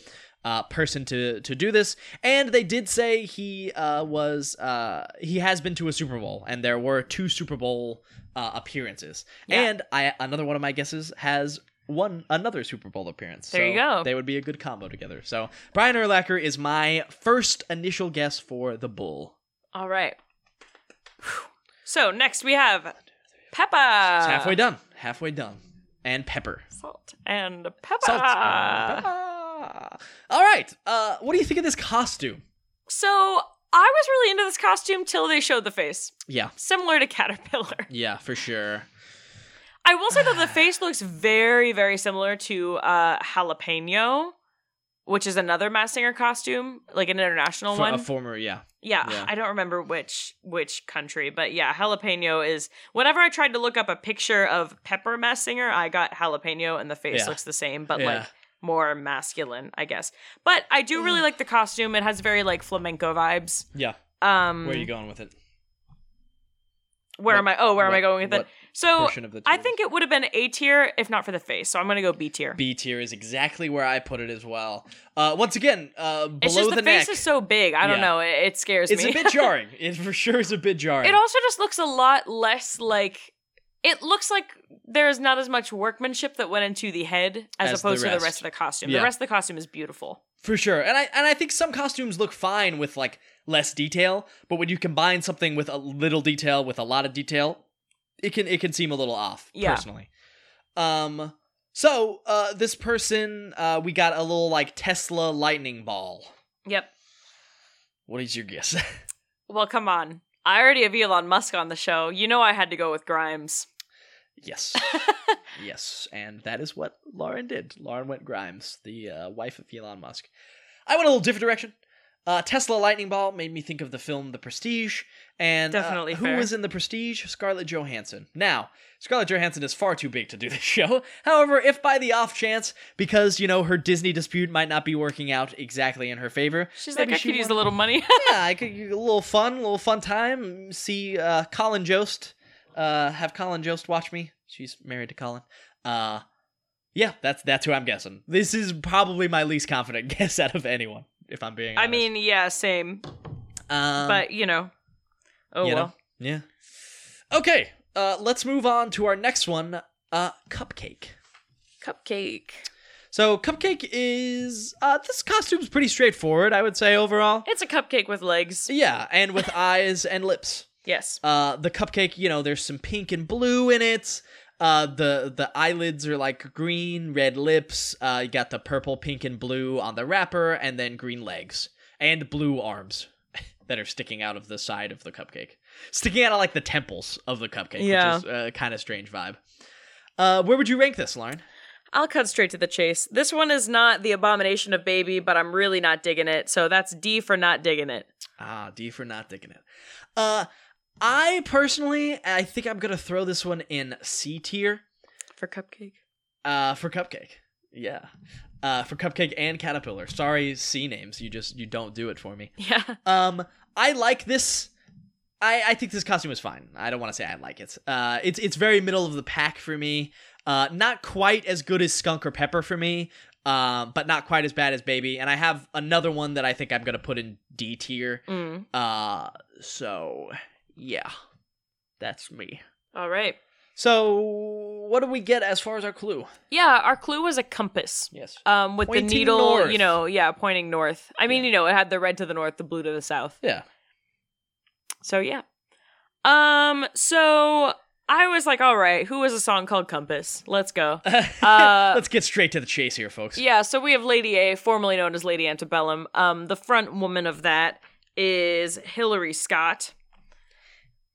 uh, person to, to do this. And they did say he uh, was uh, he has been to a Super Bowl, and there were two Super Bowl uh, appearances. Yeah. And I another one of my guesses has one another Super Bowl appearance. There you So go. They would be a good combo together. So Brian Urlacher is my first initial guess for the Bull. All right. Whew. So next we have Peppa. It's halfway done. Halfway done. And (laughs) pepper. Salt and Peppa. Salt. and pepper. All right. Uh, what do you think of this costume? So I was really into this costume till they showed the face, Yeah. similar to (laughs) Caterpillar. Yeah, for sure. I will say though (sighs) the face looks very, very similar to uh, Jalapeno, which is another Mass Singer costume, like an international For- one. a former, yeah. Yeah, Yeah. I don't remember which which country, but yeah, jalapeno is. Whenever I tried to look up a picture of Pepper Messinger, I got jalapeno, and the face Yeah. looks the same, but Yeah. like more masculine, I guess. But I do really like the costume. It has very like flamenco Mm. vibes. Yeah. Um, Where are you going with it? Where What- am I? Oh, where am I what- going with it? what So portion of the I tier? think it would have been A tier if not for the face. So I'm gonna go B tier. B tier is exactly where I put it as well. Uh, once again, uh, below It's just the, neck. face is so big. I don't Yeah. know. It, it scares it's me. a bit jarring. It for sure is a bit jarring. It also just looks a lot less like it looks like there's not as much workmanship that went into the head As as, the opposed to the rest. rest of the costume. Yeah. The rest of the costume is beautiful. For sure. And I and I think some costumes look fine with like less detail, but when you combine something with a little detail with a lot of detail, it can it can seem a little off Yeah. personally. Um so uh this person uh we got a little like Tesla lightning ball. Yep. What is your guess? Well, come on. I already have Elon Musk on the show. You know I had to go with Grimes. (laughs) yes. yes, and that is what Lauren did. Lauren went Grimes, the uh, wife of Elon Musk. I went a little different direction. Uh, Tesla lightning ball made me think of the film The Prestige, and uh, Definitely who fair. was in The Prestige? Scarlett Johansson. Now, Scarlett Johansson is far too big to do this (laughs) show. However, if by the off chance, because you know her Disney dispute might not be working out exactly in her favor, She's maybe like, I she could use wanted- a little money. (laughs) yeah, I could a little fun, little fun time. See uh, Colin Jost. Uh, have Colin Jost watch me. She's married to Colin. Uh, yeah, that's that's who I'm guessing. This is probably my least confident (laughs) guess out of anyone, if I'm being. I Honest. mean, yeah, same. um, but you know. Oh you know, well. yeah. Okay, uh, let's move on to our next one. Uh, cupcake. Cupcake. So cupcake is uh, this costume's pretty straightforward, I would say overall. It's a cupcake with legs. Yeah, and with (laughs) eyes and lips. Yes. Uh, the cupcake, you know, there's some pink and blue in it. Uh, the the eyelids are like green, red lips. Uh, you got the purple, pink, and blue on the wrapper, and then green legs and blue arms (laughs) that are sticking out of the side of the cupcake, sticking out of like the temples of the cupcake, Yeah. which is a kind of strange vibe. Uh, where would you rank this, Lauren? I'll cut straight to the chase. This one is not the abomination of baby, but I'm really not digging it. So that's D for not digging it. Ah, D for not digging it. Uh, I personally, I think I'm gonna throw this one in C tier. For cupcake. Uh, for Cupcake. Yeah. Uh, for Cupcake and Caterpillar. Sorry, C names. You just you don't do it for me. Yeah. Um, I like this. I, I think this costume is fine. I don't want to say I like it. Uh, it's it's very middle of the pack for me. Uh, not quite as good as Skunk or Pepper for me, uh, but not quite as bad as Baby. And I have another one that I think I'm gonna put in D tier. Mm. Uh, so yeah, that's me. All right. So what do we get as far as our clue? Yeah, our clue was a compass. Yes. Um, with Pointing the needle, north. you know, yeah, pointing north. I mean, Yeah. you know, it had the red to the north, the blue to the south. Yeah. So yeah. Um, so I was like, all right, who has a song called Compass? (laughs) Let's go. Uh, Let's get straight to the chase here, folks. Yeah, so we have Lady A, formerly known as Lady Antebellum. Um, the front woman of that is Hillary Scott.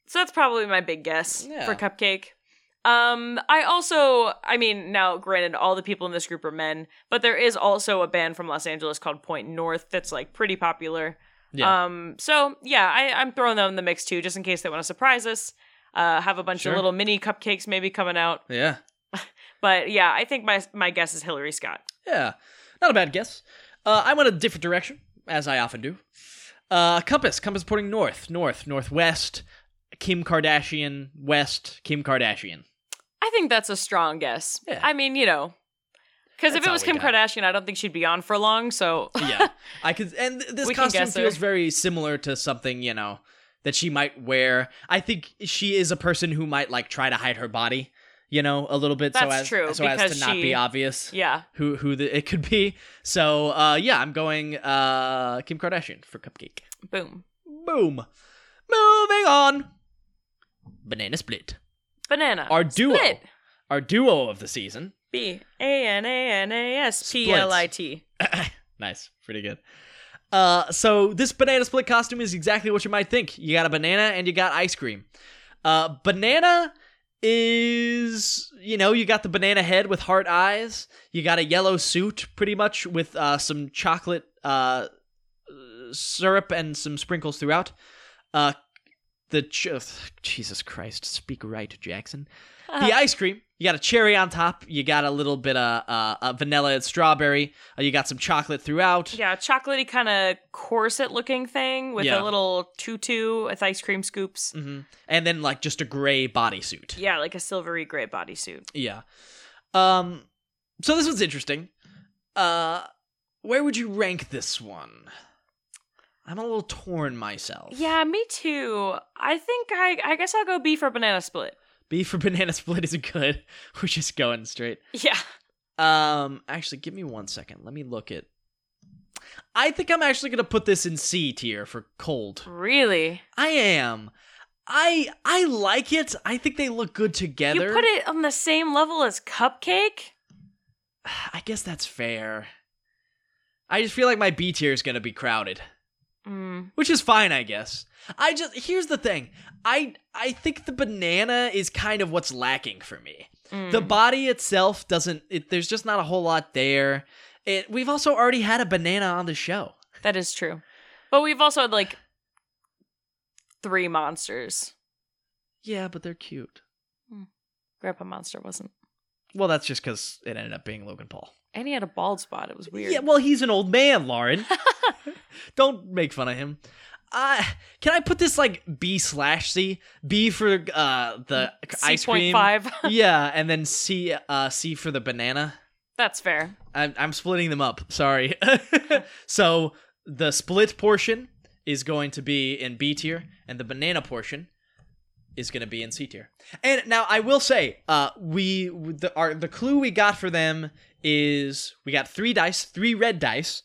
So that's probably my big guess Yeah. for Cupcake. Um, I also, I mean, now granted, all the people in this group are men, but there is also a band from Los Angeles called Point North that's like pretty popular. Yeah. Um, so yeah, I, I'm throwing them in the mix too, just in case they want to surprise us. Uh, have a bunch Sure. of little mini cupcakes maybe coming out. yeah. But yeah, I think my my guess is Hillary Scott. Yeah, not a bad guess. Uh, I went a different direction, as I often do. Uh, compass, compass pointing north, north, northwest. Kim Kardashian, west, Kim Kardashian. I think that's a strong guess. Yeah. I mean, you know, because if That's it all was we Kim got. Kardashian, I don't think she'd be on for long. So (laughs) Yeah, I could. And th- this We can costume guess her. feels very similar to something you know that she might wear. I think she is a person who might like try to hide her body, you know, a little bit. so That's as, true, So as to because not be she- obvious. yeah, Who who the, it could be? So uh, yeah, I'm going uh, Kim Kardashian for cupcake. boom, Boom. Moving on. Banana Split. banana. Our duo. Split. Our duo of the season. B A N A N A S P L I T. nice. Pretty good. Uh, so this banana split costume is exactly what you might think. You got a banana and you got ice cream. Uh, banana is you know you got the banana head with heart eyes. You got a yellow suit, pretty much with uh, some chocolate uh, syrup and some sprinkles throughout. Uh, the ch- ugh, Jesus Christ, speak right, Jackson. (laughs) Uh, The ice cream. You got a cherry on top. You got a little bit of uh, uh, vanilla and strawberry. Uh, you got some chocolate throughout. Yeah, chocolatey kind of corset looking thing with Yeah. a little tutu with ice cream scoops. hmm And then like just a gray bodysuit. Yeah, like a silvery gray bodysuit. Yeah. Um. So this one's interesting. Uh, where would you rank this one? I'm a little torn myself. Yeah, me too. I think I I guess I'll go B for banana split. B for banana (laughs) split is good. We're just going straight. Yeah. Um. Actually, give me one second. Let me look at. I think I'm actually gonna put this in C tier for cold. Really? I am. I I like it. I think they look good together. You put it on the same level as cupcake? (sighs) I guess that's fair. I just feel like my B tier is gonna be crowded, Mm. which is fine, I guess. I just here's the thing. I I think the banana is kind of what's lacking for me. mm. The body itself doesn't. It, there's just not a whole lot there. It, we've also already had a banana on the show. That is true. But we've also had like three monsters. Yeah, but they're cute. Grandpa Monster wasn't. Well, that's just because it ended up being Logan Paul. And he had a bald spot. It was weird. Yeah, well, he's an old man, (laughs) Lauren. Don't make fun of him. Uh, can I put this like B slash C? B for uh the ice cream. Five. (laughs) yeah, and then C uh C for the banana. That's fair. I'm I'm splitting them up. Sorry. (laughs) so the split portion is going to be in B tier, and the banana portion is going to be in C tier. And now I will say, uh, we the our the clue we got for them is we got three dice, three red dice,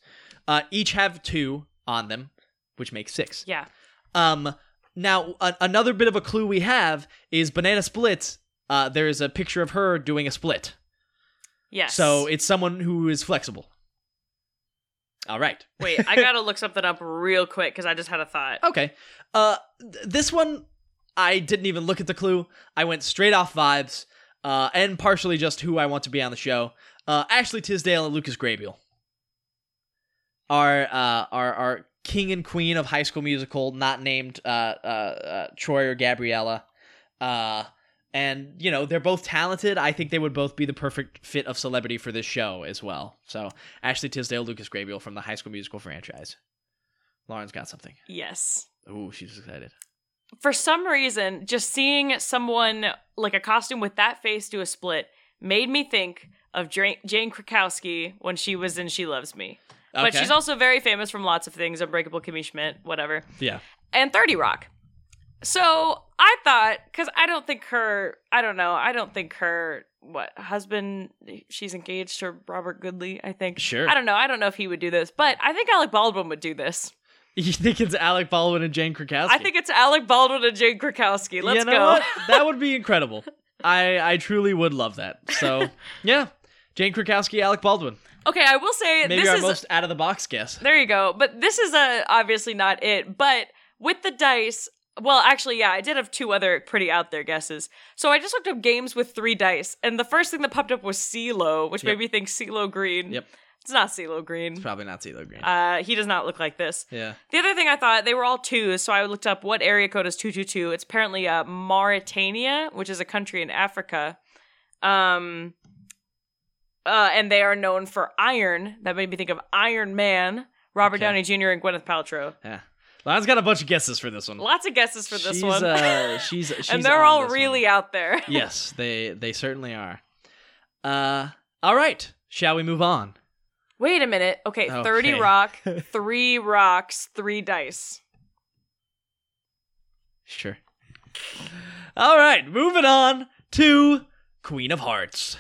uh, each have two on them, which makes six. Yeah. Um, now a- another bit of a clue we have is banana splits. Uh, there is a picture of her doing a split. Yes. So it's someone who is flexible. All right. wait, I gotta look something up real quick because I just had a thought. Okay. Uh, th- this one, I didn't even look at the clue. I went straight off vibes, uh, and partially just who I want to be on the show. Uh, Ashley Tisdale and Lucas Grabeel are uh, are are king and queen of High School Musical, not named uh, uh, uh, Troy or Gabriella. Uh, and you know they're both talented. I think they would both be the perfect fit of celebrity for this show as well. So Ashley Tisdale, Lucas Grabeel from the High School Musical franchise. Lauren's got something. Yes. Ooh, she's excited. for some reason, just seeing someone like a costume with that face do a split made me think of Jane, Jane Krakowski when she was in She Loves Me. But she's also very famous from lots of things Unbreakable Kimmy Schmidt, whatever, yeah. (laughs) and 30 Rock. So I thought, because I don't think her, I don't know, I don't think her, what, husband, she's engaged to Robert Goodley, I think. Sure. I don't know. I don't know if he would do this, but I think Alec Baldwin would do this. You think it's Alec Baldwin and Jane Krakowski? I think it's Alec Baldwin and Jane Krakowski. Let's you know go. What? That would be incredible. I I truly would love that. So (laughs) yeah, Jane Krakowski, Alec Baldwin, (laughs) Okay, I will say maybe this our is most out of the box guess. there you go. But this is uh obviously not it. But with the dice, well, actually, yeah, I did have two other pretty out there guesses. So I just looked up games with three dice, and the first thing that popped up was CeeLo, which Yep. made me think CeeLo Green. Yep. It's not CeeLo Green. Probably not CeeLo Green. Uh, he does not look like this. yeah. The other thing I thought they were all twos, so I looked up what area code is two two two. It's apparently uh, Mauritania, which is a country in Africa, um, uh, and they are known for iron. That made me think of Iron Man, Robert Okay. Downey Jr. and Gwyneth Paltrow. Yeah. Lana's got a bunch of guesses for this one. Lots of guesses for this she's, one, (laughs) Uh, she's, she's and they're on all this really one. out there. (laughs) yes, they they certainly are. Uh, all right. Shall we move on? Wait a minute. Okay, thirty Okay. (laughs) rock, three rocks, three dice. Sure. All right. Moving on to Queen of Hearts.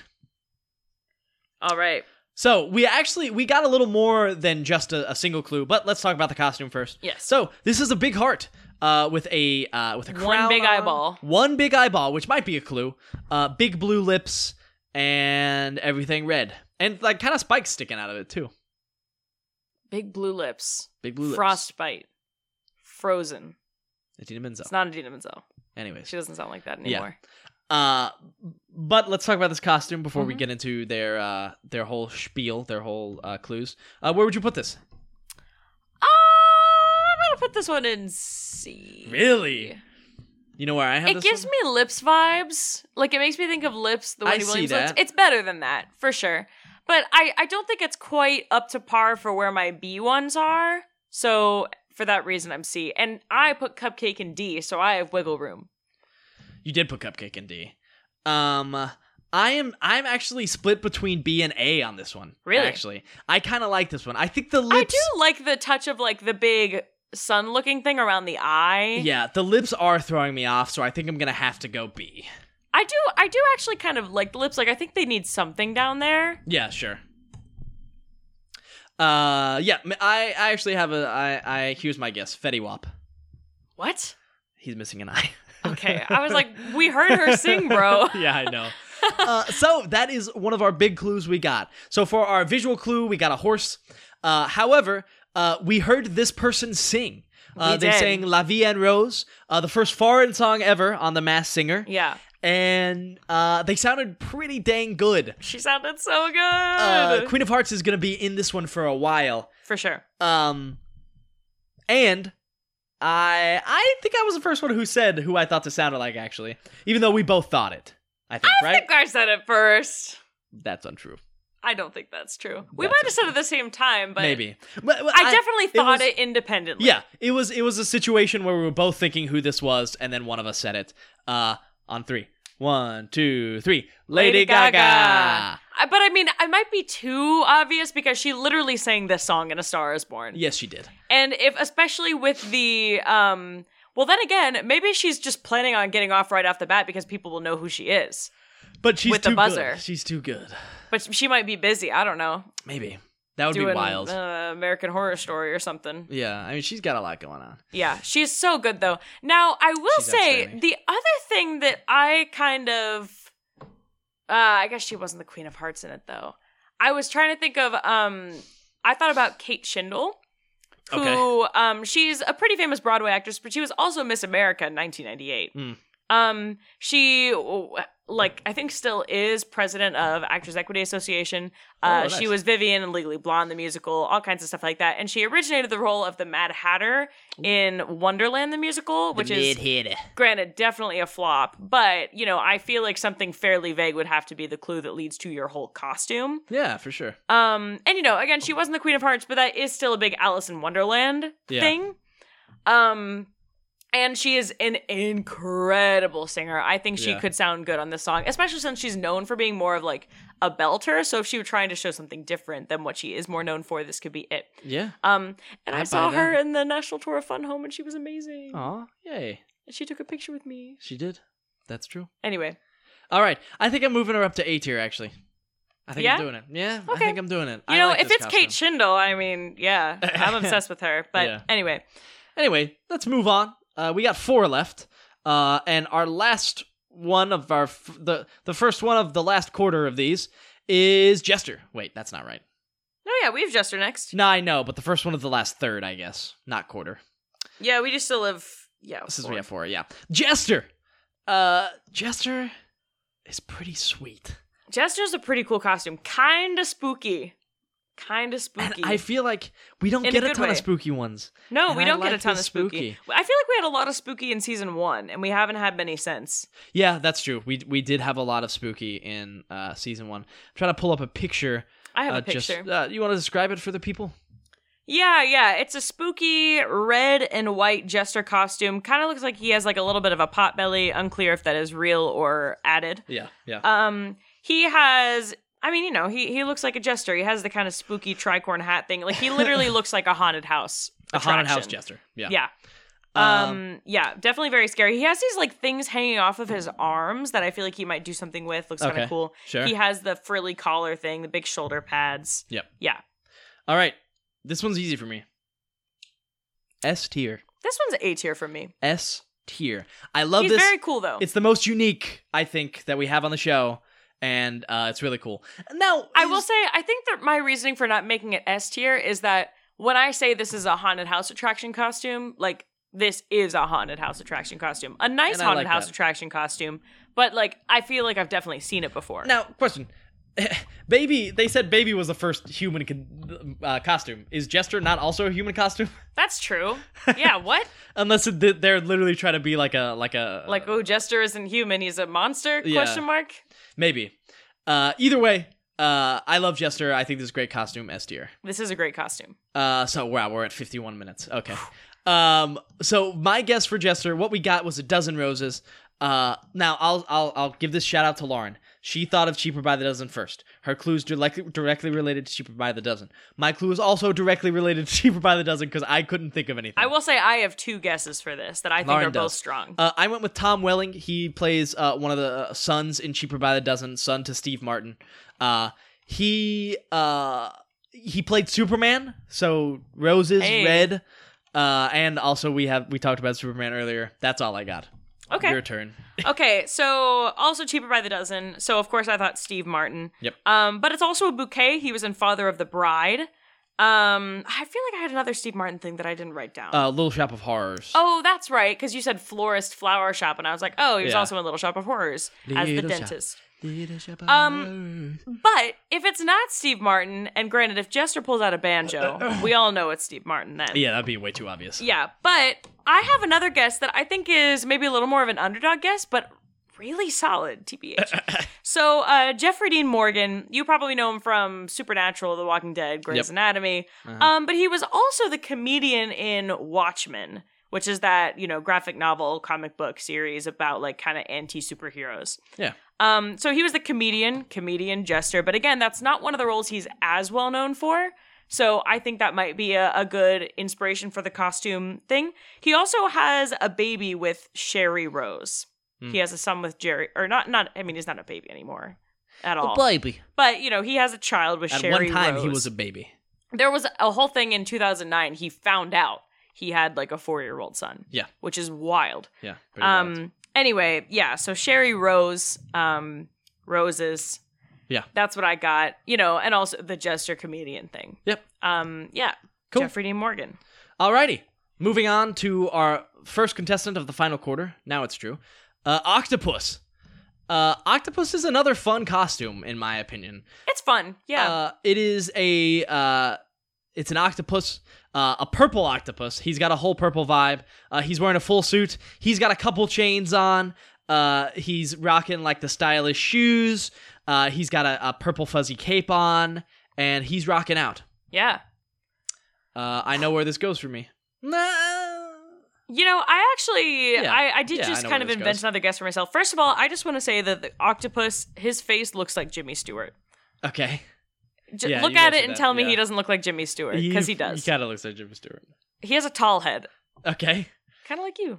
All right. So we actually we got a little more than just a, a single clue, but let's talk about the costume first. Yes. So this is a big heart uh, with a uh, with a One crown big on, eyeball. one big eyeball, which might be a clue. Uh, big blue lips and everything red, and like kind of spikes sticking out of it too. Big blue lips. Big blue lips. Frostbite. Frozen. Adina Menzel. It's not Adina Menzel. Anyways, She doesn't sound like that Yeah. anymore. uh, but let's talk about this costume before we Mhm. get into their uh, their whole spiel, their whole uh, clues. Uh, where would you put this? Uh, I'm gonna put this one in C. Really? You know where I have It this gives one? me lips vibes. Like it makes me think of lips the I way see Williams lips. that. It's better than that for sure. But I I don't think it's quite up to par for where my B ones are. So for that reason, I'm C. And I put cupcake in D, so I have wiggle room. You did put cupcake in D. Um I am I'm actually split between B and A on this one. Really? Actually. I kinda like this one. I think the lips I do like the touch of like the big sun looking thing around the eye. Yeah, the lips are throwing me off, so I think I'm gonna have to go B. I do I do actually kind of like the lips. Like I think they need something down there. Yeah, sure. Uh yeah, m- I I actually have a I I here's my guess. Fetty Wap. What? He's missing an (laughs) eye. Okay. I was like, we heard her (laughs) sing, bro. yeah, I know. Uh, so that is one of our big clues we got. So for our visual clue, we got a horse. Uh, however, uh, we heard this person sing. Uh, We they did. sang "La Vie en Rose," uh, the first foreign song ever on the Mass Singer, Yeah. and uh, they sounded pretty dang good. She sounded so good. Uh, Queen of Hearts is going to be in this one for a while, For sure. um, and I I think I was the first one who said who I thought this sounded like actually, even though we both thought it. I think I right. think I said it first. That's untrue. I don't think that's true. We That's might have said it at the same time, but Maybe. But- but I, definitely thought was- it independently. Yeah, it was it was a situation where we were both thinking who this was, and then one of us said it. Uh, on three, one, two, three. Lady, Gaga. I- but I mean, I might be too obvious because she literally sang this song in A Star Is Born. Yes, she did. And if especially with the um well then again, maybe she's just planning on getting off right off the bat because people will know who she is. But she's With the too buzzer. good. She's too good. But she might be busy, I don't know. Maybe that would be doing wild. Uh, American horror story or something. yeah, I mean she's got a lot going on. Yeah, she's so good though. Now, I will She's say outstanding. the other thing that I kind of uh I guess she wasn't the queen of hearts in it though. I was trying to think of um I thought about Kate Schindel who um she's a pretty famous Broadway actress, but she was also Miss America in 1998. Mm. Um she like I think still is president of Actors Equity Association. Uh, Oh, nice. She was Vivian in Legally Blonde, the musical, all kinds of stuff like that. And she originated the role of the Mad Hatter in Wonderland, the musical, which is hitter. granted definitely a flop. But you know, I feel like something fairly vague would have to be the clue that leads to your whole costume. Yeah, for sure. Um, and you know, again, she wasn't the Queen of Hearts, but that is still a big Alice in Wonderland Yeah. thing. Um, And she is an incredible singer. I think she Yeah. could sound good on this song, especially since she's known for being more of like a belter. So if she were trying to show something different than what she is more known for, this could be it. Yeah. Um, and I, I'd saw buy her that. in the National Tour of Fun Home, and she was amazing. Aw, yay. And she took a picture with me. She did. That's true. Anyway, All right. I think I'm moving her up to A tier, actually. I think Yeah? I'm doing it. Yeah, I Okay. think I'm doing it. you I know, like if this it's Kate costume. Schindel, I mean, yeah, (laughs) I'm obsessed with her. But Yeah. anyway, anyway, let's move on. Uh, we got four left. Uh, and our last one of our, f- the, the first one of the last quarter of these is Jester. Wait, that's not right. no, yeah, we have Jester next. No, I know, but the first one of the last third, I guess. Not quarter. Yeah, we just still have yeah. This is four. we have four, yeah. Jester! Uh, Jester is pretty sweet. Jester's a pretty cool costume, kind of spooky, kind of And spooky. I feel like we don't In a get a, good ton way. of spooky ones. no, and we I don't get like a ton the of spooky. spooky. I feel like we had a lot of spooky in season one, and we haven't had many since. Yeah, that's true. We we did have a lot of spooky in uh, season one. I'm trying to pull up a picture. I have uh, a picture. Just, uh, you want to describe it for the people? Yeah, yeah. It's a spooky red and white jester costume. Kind of looks like he has like a little bit of a pot belly. Unclear if that is real or added. Yeah, yeah. Um, he has. I mean, you know, he he looks like a jester. He has the kind of spooky tricorn hat thing. Like (laughs) he literally looks like a haunted house. a haunted house attraction. jester. Yeah. Yeah. Um, yeah, definitely very scary. He has these like things hanging off of his arms that I feel like he might do something with. Looks kind Okay, of cool. sure. He has the frilly collar thing, the big shoulder pads. Yep. Yeah. All right. This one's easy for me. S tier. This one's A tier for me. S tier. I love He's this. very cool though. It's the most unique, I think, that we have on the show, and uh, it's really cool. Now, I is- will say, I think that my reasoning for not making it S tier is that when I say this is a haunted house attraction costume, like this is a haunted house attraction costume, a nice And I haunted like house that. attraction costume. But like, I feel like I've definitely seen it before. Now, question. (laughs) baby, they said baby was the first human con- uh, costume. Is Jester not also a human costume? (laughs) That's true. Yeah. What? Unless it, th- they're literally trying to be like a like a like, oh, Jester isn't human. He's a monster? Yeah. Question mark. maybe. Uh, either way, uh, I love Jester. I think this is a great costume, S tier. This is a great costume. Uh, so wow, we're at 51 minutes. Okay. Um, so my guess for Jester, what we got was a dozen roses. Uh, now I'll I'll I'll give this shout out to Lauren. She thought of cheaper by the dozen first. Her clue is directly directly related to cheaper by the dozen. My clue is also directly related to cheaper by the dozen because I couldn't think of anything. I will say I have two guesses for this that I think Lauren are both does. strong. Uh, I went with Tom Welling. He plays uh, one of the uh, sons in Cheaper by the Dozen, son to Steve Martin. Uh, he uh, he played Superman, so roses Hey. red, uh, and also we have we talked about Superman earlier. That's all I got. Okay. your turn. okay, so also cheaper by the dozen. So of course I thought Steve Martin. Yep. Um, but it's also a bouquet. He was in Father of the Bride. Um, I feel like I had another Steve Martin thing that I didn't write down. Uh, Little Shop of Horrors. oh, that's right, because you said florist flower shop, and I was like, oh, he was Yeah. also in Little Shop of Horrors as the Little Shop. dentist. Little Shop of um, But if it's not Steve Martin, and granted, if Jester pulls out (coughs) a banjo, we all know it's Steve Martin then. Horrors. yeah, that'd be way too obvious. Yeah, but I have another guess that I think is maybe a little more of an underdog guess, but really (laughs) solid, TBH. so, uh, Jeffrey Dean Morgan, you probably know him from Supernatural, The Walking Dead, Grey's Yep. Anatomy, Uh-huh. um, but he was also the comedian in Watchmen, which is that, you know, graphic novel, comic book series about like kind of anti superheroes. Yeah. Um, so he was the comedian, comedian, jester, but again, that's not one of the roles he's as well known for. So I think that might be a, a good inspiration for the costume thing. He also has a baby with Sherry Rose. Hmm. He has a son with Jerry, or not, not, I mean, he's not a baby anymore at all. But, baby. you know, he has a child with At Sherry one time, he Rose. was a baby. there was a whole thing in 2009. He found out he had like a four year old son. Yeah. Which is wild Yeah. pretty um wild. anyway yeah so sherry rose um roses Yeah. that's what i got you know and also the jester comedian thing Yep. um yeah Cool. jeffrey dean morgan Alrighty. Moving on to our first contestant of the final quarter. Now it's true. Uh, octopus. Uh, octopus is another fun costume, in my opinion. it's fun yeah Uh, it is a. Uh, it's an octopus, uh, a purple octopus. He's got a whole purple vibe. Uh, he's wearing a full suit. He's got a couple chains on. Uh, he's rocking like the stylish shoes. Uh, he's got a, a purple fuzzy cape on, and he's rocking out. yeah Uh, I know where this goes for me. You know, I actually, Yeah. I, I did Yeah, I just know kind where of this invent goes. another guess for myself. First of all, I just want to say that the octopus, his face looks like Jimmy Stewart. Okay. J- Yeah, look you at guys it said and that, tell me yeah. he doesn't look like Jimmy Stewart because he You- does. You kind of looks like Jimmy Stewart. he has a tall head, Okay. kind of like you,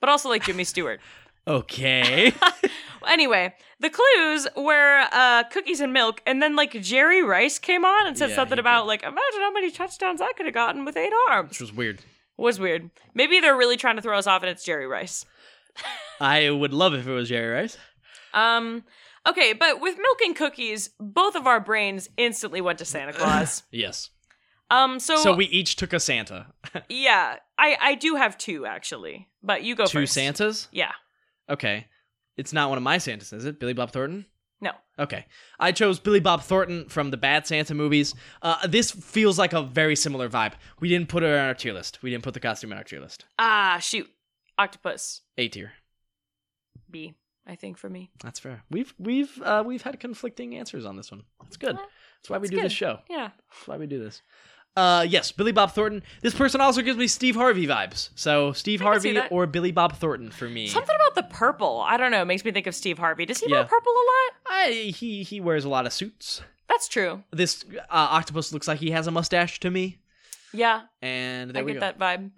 but also like Jimmy Stewart. (laughs) Okay. Anyway, the clues were uh, cookies and milk, and then like Jerry Rice came on and said Yeah, something he about did. like, imagine how many touchdowns I could have gotten with eight arms. Which was weird. Was weird. Maybe they're really trying to throw us off, and it's Jerry Rice. I would love if it was Jerry Rice. Um. Okay, but with milk and cookies, both of our brains instantly went to (laughs) Santa Claus. Yes. um. So, So we each took a Santa. yeah, I I do have two actually, but you go Two first. Santas? Yeah. Okay. It's not one of my Santas, is it? Billy Bob Thornton? No. Okay. I chose Billy Bob Thornton from the Bad Santa movies. Uh, this feels like a very similar vibe. We didn't put it on our tier list. We didn't put the costume on our tier list. Ah, shoot. Octopus A tier. B, I think for me. That's fair. We've we've uh, we've had conflicting answers on this one. That's good. Well, That's why we that's do this good. show. Yeah. That's why we do this. Uh, yes, Billy Bob Thornton. This person also gives me Steve Harvey vibes. So Steve I can see Harvey that. or Billy Bob Thornton for me. Something about the purple. I don't know. Makes me think of Steve Harvey. Does he Yeah. wear purple a lot? I, he he wears a lot of suits. That's true. This uh, octopus looks like he has a mustache to me. Yeah, And there I we go. get that vibe.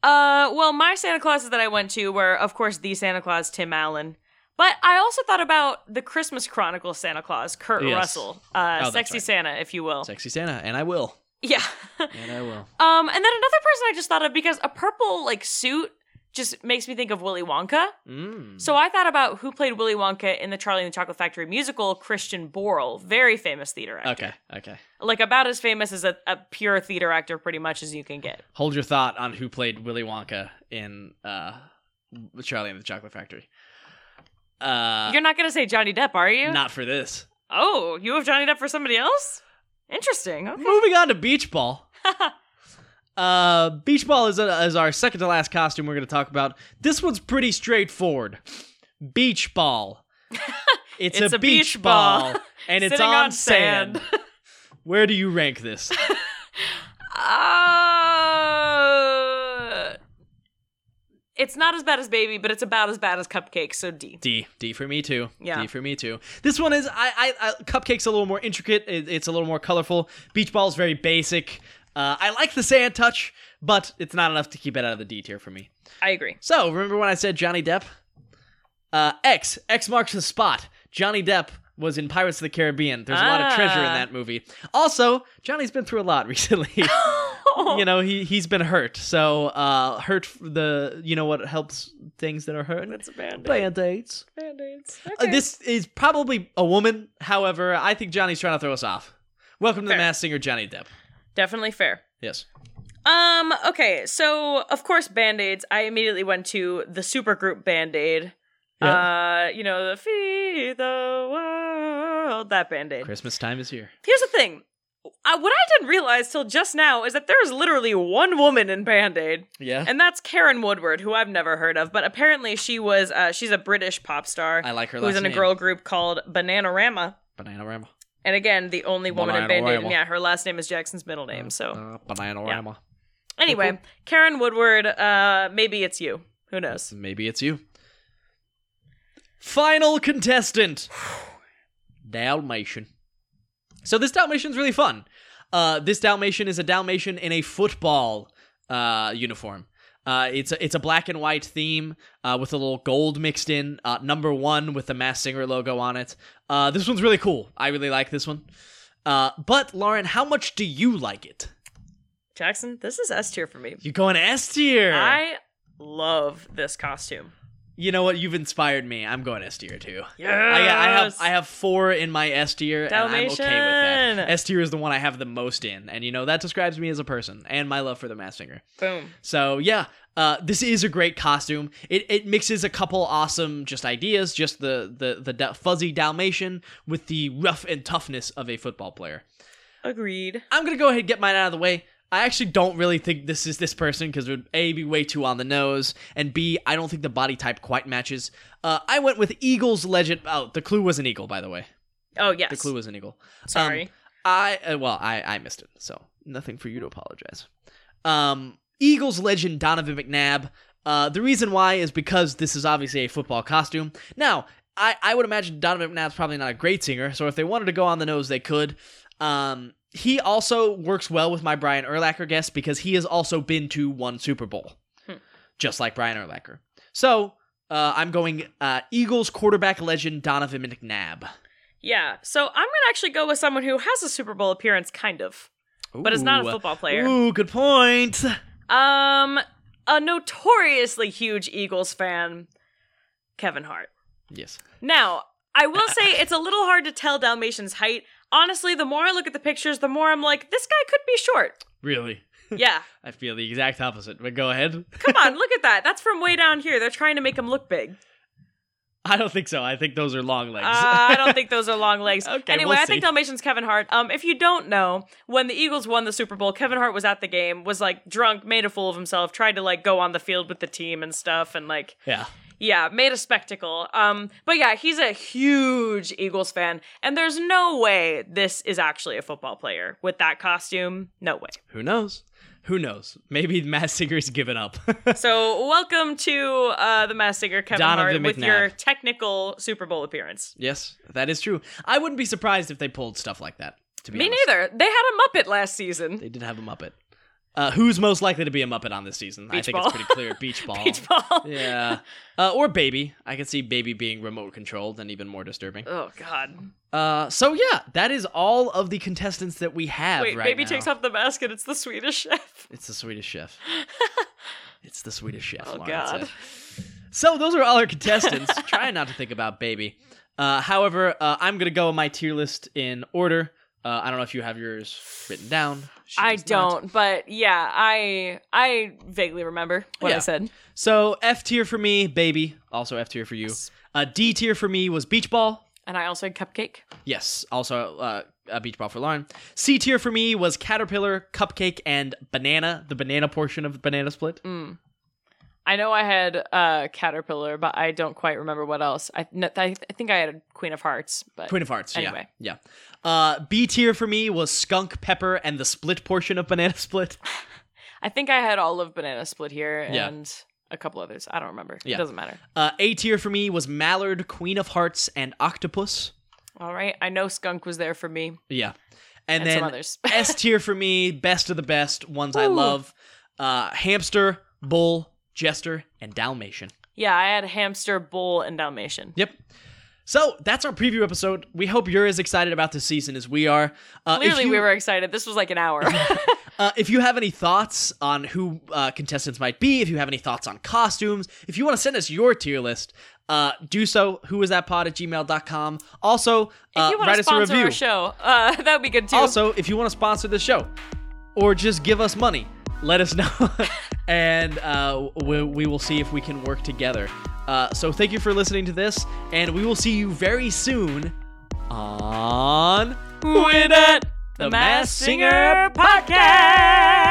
Uh, well, my Santa Clauses that I went to were, of course, the Santa Claus Tim Allen. But I also thought about the Christmas Chronicle Santa Claus, Kurt Yes. Oh, Russell, uh, that's sexy right. Santa, if you will. Sexy Santa, and I will. Yeah. (laughs) And I will. um, and then another person I just thought of because a purple like suit just makes me think of Willy Wonka. Mm. So I thought about who played Willy Wonka in the Charlie and the Chocolate Factory musical, Christian Borle, very famous theater actor. Okay, okay. Like about as famous as a, a pure theater actor pretty much as you can get. Hold your thought on who played Willy Wonka in uh, Charlie and the Chocolate Factory. Uh, You're not going to say Johnny Depp, are you? not for this. Oh, you have Johnny Depp for somebody else? Interesting. Okay. Moving on to beach (laughs) ball. uh, beach ball is, is our second to last costume we're going to talk about. This one's pretty straightforward. Beach (laughs) ball. It's, It's a, a beach, beach ball, ball (laughs) and it's Sitting on, on sand. sand. (laughs) Where do you rank this? Uh, it's not as bad as Baby, but it's about as bad as Cupcake, so D. D D for me too. Yeah. D for me too. This one is I I, I cupcakes a little more intricate. It, it's a little more colorful. Beach ball is very basic. Uh, I like the sand touch, but it's not enough to keep it out of the D tier for me. (laughs) I agree. So remember when I said Johnny Depp? Uh, X X marks the spot. Johnny Depp was in Pirates of the Caribbean. There's a lot of treasure in Ah. that movie. Also, Johnny's been through a lot (laughs) (laughs) recently. Oh. you know he he's been hurt. So uh, hurt f- the you know what helps things that are hurt. it's a band Band aids. Band-aids. Uh, Okay. this is probably a woman. However, I think Johnny's trying to throw us off. Welcome to the Fair. Masked Singer, Johnny Depp. Definitely fair. Yes. Um, okay, so of course Band-Aids, I immediately went to the supergroup Band-Aid. Uh, you know, the feed the world, that Band-Aid. Christmas time is here. Here's the thing. I, what I didn't realize till just now is that there is literally one woman in (laughs) Band Aid, Yeah. and that's Karen Woodward, who I've never heard of, but apparently she was uh, she's a British pop star I like her. who was last in a name. girl group called Bananarama. Banana Rama. And again, the only woman in Band Aid, Bananarama. and yeah, her last name is Jackson's middle name. So uh, Banana Rama. anyway, cool. Karen Woodward, uh, maybe it's you. Who knows? Maybe it's you. Final contestant. (sighs) Dalmatian. So this Dalmatian's really fun. Uh, this Dalmatian is a Dalmatian in a football uh, uniform. Uh, it's a, it's a black and white theme uh, with a little gold mixed in. Uh, number one with the Mass Singer logo on it. Uh, this one's really cool. I really like this one. Uh, but Lauren, how much do you like it? Jackson, this is S tier for me. You going S tier? I love this costume. You know what? You've inspired me. I'm going S tier too. Yes. I, I have I have four in my S tier, and I'm okay with that. Dalmatian. S tier is the one I have the most in, and you know that describes me as a person and my love for the Mass Singer. Boom. So yeah, uh, this is a great costume. It it mixes a couple awesome just ideas, just the the the da- fuzzy Dalmatian with the rough and toughness of a football player. Agreed. I'm gonna go ahead and get mine out of the way. I actually don't really think this is this person because it would a be way too on the nose, and b I don't think the body type quite matches. Uh, I went with Eagles legend. Oh, the clue was an eagle, by the way. Oh yes. The clue was an eagle. Sorry. I uh, well, I I missed it, so nothing for you to apologize. Um, Eagles legend Donovan McNabb. Uh, the reason why is because this is obviously a football costume. Now, I, I would imagine Donovan McNabb's probably not a great singer, so if they wanted to go on the nose, they could. Um, he also works well with my Brian Erlacher guest because he has also been to one Super Bowl, Hmm. just like Brian Erlacher. So uh, I'm going uh, Eagles quarterback legend Donovan McNabb. Yeah. So I'm gonna actually go with someone who has a Super Bowl appearance, kind of, but is not a Ooh. football player. Ooh, good point. Um, a notoriously huge Eagles fan, Kevin Hart. Yes. Now, I will (laughs) say it's a little hard to tell Dalmatian's height. Honestly, the more I look at the pictures, the more I'm like, this guy could be short. Really? Yeah. I feel the exact opposite, but go ahead. (laughs) Come on, look at that. That's from way down here. They're trying to make him look big. I don't think so. I think those are long legs. Uh, I don't think those are long legs. Okay, anyway, we'll I think see. Dalmatian's Kevin Hart. Um, if you don't know, when the Eagles won the Super Bowl, Kevin Hart was at the game, was like drunk, made a fool of himself, tried to like go on the field with the team and stuff, and like (laughs) yeah. yeah, made a spectacle. Um, but yeah, he's a huge Eagles fan, and there's no way this is actually a football player with that costume. No way. Who knows? Who knows? Maybe (laughs) Matt Singer's given up. (laughs) So welcome to uh, the mass singer Kevin Donovan Hart with McNabb. your technical Super Bowl appearance. yes, that is true. I wouldn't be surprised if they pulled stuff like that. To be Me honest. neither. They had a Muppet last season. (laughs) They did have a Muppet. Uh, who's most likely to be a Muppet on this season? I Beach think ball. it's pretty (laughs) clear. Beach ball. Beach ball. yeah. Uh, or baby. I could see baby being remote controlled and even more disturbing. (laughs) Oh God! Uh, so yeah, that is all of the contestants that we have Wait, right baby now. takes off the mask and it's the Swedish (laughs) chef. It's the Swedish chef. (laughs) it's the Swedish chef. Oh, Lauren God. said. So those are all our (laughs) contestants. Try not to think about baby. Uh, however, uh, I'm gonna go on my tier list in order. Uh, I don't know if you have yours written down. She I does not. don't, but yeah, I I vaguely remember what I Yeah. said. So F tier for me, baby. Also F tier for you. Uh, D tier for me was beach ball. And I also had cupcake. Yes. Also, uh, a beach ball for Lauren. C tier for me was caterpillar, cupcake, and banana. The banana portion of banana split. Mm. I know I had uh, Caterpillar, but I don't quite remember what else. I no, I, I think I had Queen of Hearts, but Queen of Hearts. Anyway. Yeah. Yeah. Uh, B tier for me was skunk pepper and the split portion of banana (laughs) split. I think I had all of Banana Split here Yeah. and a couple others. I don't remember. It Yeah. doesn't matter. Uh, A tier for me was mallard, queen of hearts, and octopus. All right. I know Skunk was there for me Yeah. And, and then some others. (laughs) (laughs) S tier for me, best of the best ones I Ooh. love. Uh, hamster, bull, jester, and dalmatian. yeah, I had Hamster, Bull, and Dalmatian. Yep. So that's our preview episode. We hope you're as excited about this season as we are. Uh, if Clearly, you- we were excited. This was like (laughs) an hour. Uh, if you have any thoughts on who uh, contestants might be, if you have any thoughts on costumes, if you want to send us your tier list, uh, do so. Who is that pod at gmail.com. Also, uh, if you want write to us a sponsor review. our show, uh, (laughs) that would be good too. Also, if you want to sponsor the show or just give us money, let us (laughs) know. and uh, we, we will see if we can work together. Uh, so thank you for listening to this, and we will see you very soon on Win it, the, Mass Singer Podcast.